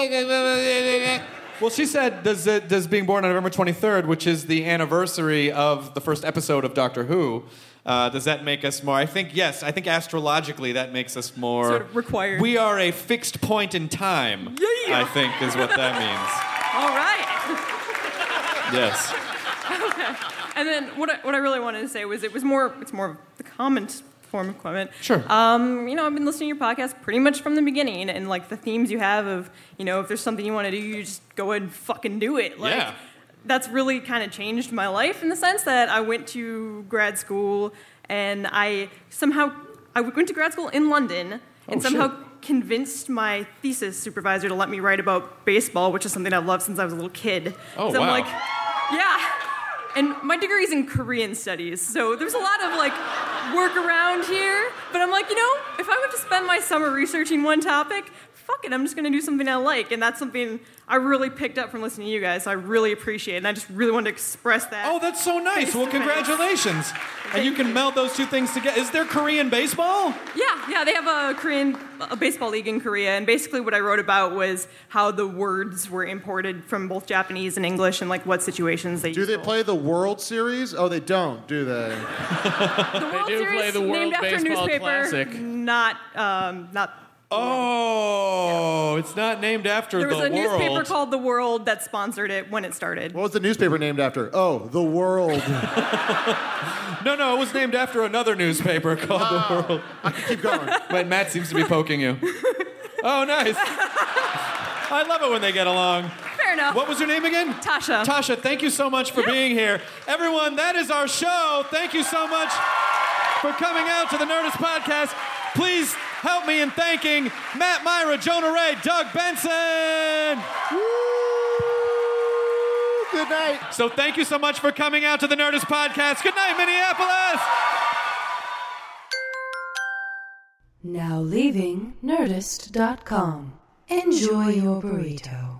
Speaker 1: Well, she said, does, it, does being born on November 23rd, which is the anniversary of the first episode of Doctor Who, uh, does that make us more? I think, yes, I think astrologically that makes us more.
Speaker 9: Sort of required.
Speaker 1: We are a fixed point in time,
Speaker 9: Yeah.
Speaker 1: I think is what that means.
Speaker 9: All right.
Speaker 1: Yes.
Speaker 9: okay. And then what I, what I really wanted to say was it was more it's more of the comment form of comment.
Speaker 1: Sure.
Speaker 9: Um, you know, I've been listening to your podcast pretty much from the beginning, and like the themes you have of you know if there's something you want to do, you just go and fucking do it. Like,
Speaker 1: yeah.
Speaker 9: that's really kind of changed my life in the sense that I went to grad school and I somehow I went to grad school in London and
Speaker 10: Oh,
Speaker 9: somehow
Speaker 10: shit.
Speaker 9: convinced my thesis supervisor to let me write about baseball, which is something I've loved since I was a little kid.
Speaker 10: Oh,
Speaker 9: so I'm
Speaker 10: wow.
Speaker 9: like, yeah. And my degree's in Korean studies, so there's a lot of like work around here. But I'm like, you know, if I have to spend my summer researching one topic, fuck it, I'm just gonna do something I like. And that's something I really picked up from listening to you guys, so I really appreciate it. And I just really wanted to express that.
Speaker 1: Oh, that's so nice. Well, congratulations. And you can meld those two things together. Is there Korean baseball?
Speaker 9: Yeah, yeah, they have a Korean a baseball league in Korea, and basically what I wrote about was how the words were imported from both Japanese and English, and like what situations they
Speaker 3: Do they play the World Series? Oh, they don't, do they?
Speaker 9: World
Speaker 22: do play
Speaker 9: Series
Speaker 22: the World
Speaker 9: named after a
Speaker 22: Baseball
Speaker 9: newspaper,
Speaker 22: Classic.
Speaker 9: not um, not.
Speaker 1: Oh, it's not named after
Speaker 9: There was
Speaker 1: the
Speaker 9: a newspaper
Speaker 1: world.
Speaker 9: called The World that sponsored it when it started.
Speaker 3: What was the newspaper named after? Oh, The World.
Speaker 1: no, no, it was named after another newspaper called The World. I
Speaker 3: can keep going.
Speaker 1: Wait, Matt seems to be poking you. Oh, nice. I love it when they get along.
Speaker 9: Fair enough.
Speaker 1: What was her name again?
Speaker 9: Tasha.
Speaker 1: Tasha, thank you so much for being here. Everyone, that is our show. Thank you so much for coming out to the Nerdist Podcast. Please help me in thanking Matt Myra, Jonah Ray, Doug Benson.
Speaker 3: Good night.
Speaker 1: So thank you so much for coming out to the Nerdist Podcast. Good night, Minneapolis.
Speaker 2: Now leaving Nerdist.com. Enjoy your burrito.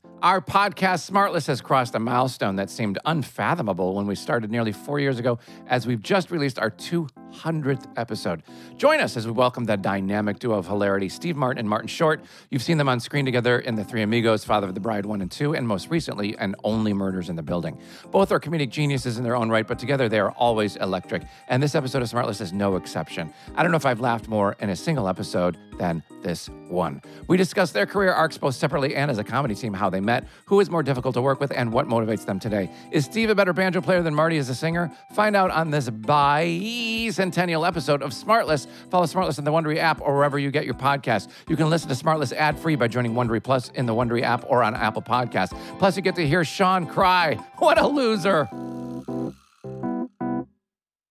Speaker 23: Our podcast, Smartless, has crossed a milestone that seemed unfathomable when we started nearly four years ago, as we've just released our 200th episode. Join us as we welcome the dynamic duo of hilarity, Steve Martin and Martin Short. You've seen them on screen together in The Three Amigos, Father of the Bride 1 and 2, and most recently, and Only Murders in the Building. Both are comedic geniuses in their own right, but together they are always electric. And this episode of Smartless is no exception. I don't know if I've laughed more in a single episode than this one. We discuss their career arcs both separately and as a comedy team, how they met, who is more difficult to work with, and what motivates them today. Is Steve a better banjo player than Marty is a singer? Find out on this bicentennial episode of Smartless. Follow Smartless in the Wondery app or wherever you get your podcast. You can listen to Smartless ad free by joining Wondery Plus in the Wondery app or on Apple Podcasts. Plus, you get to hear Sean cry. What a loser!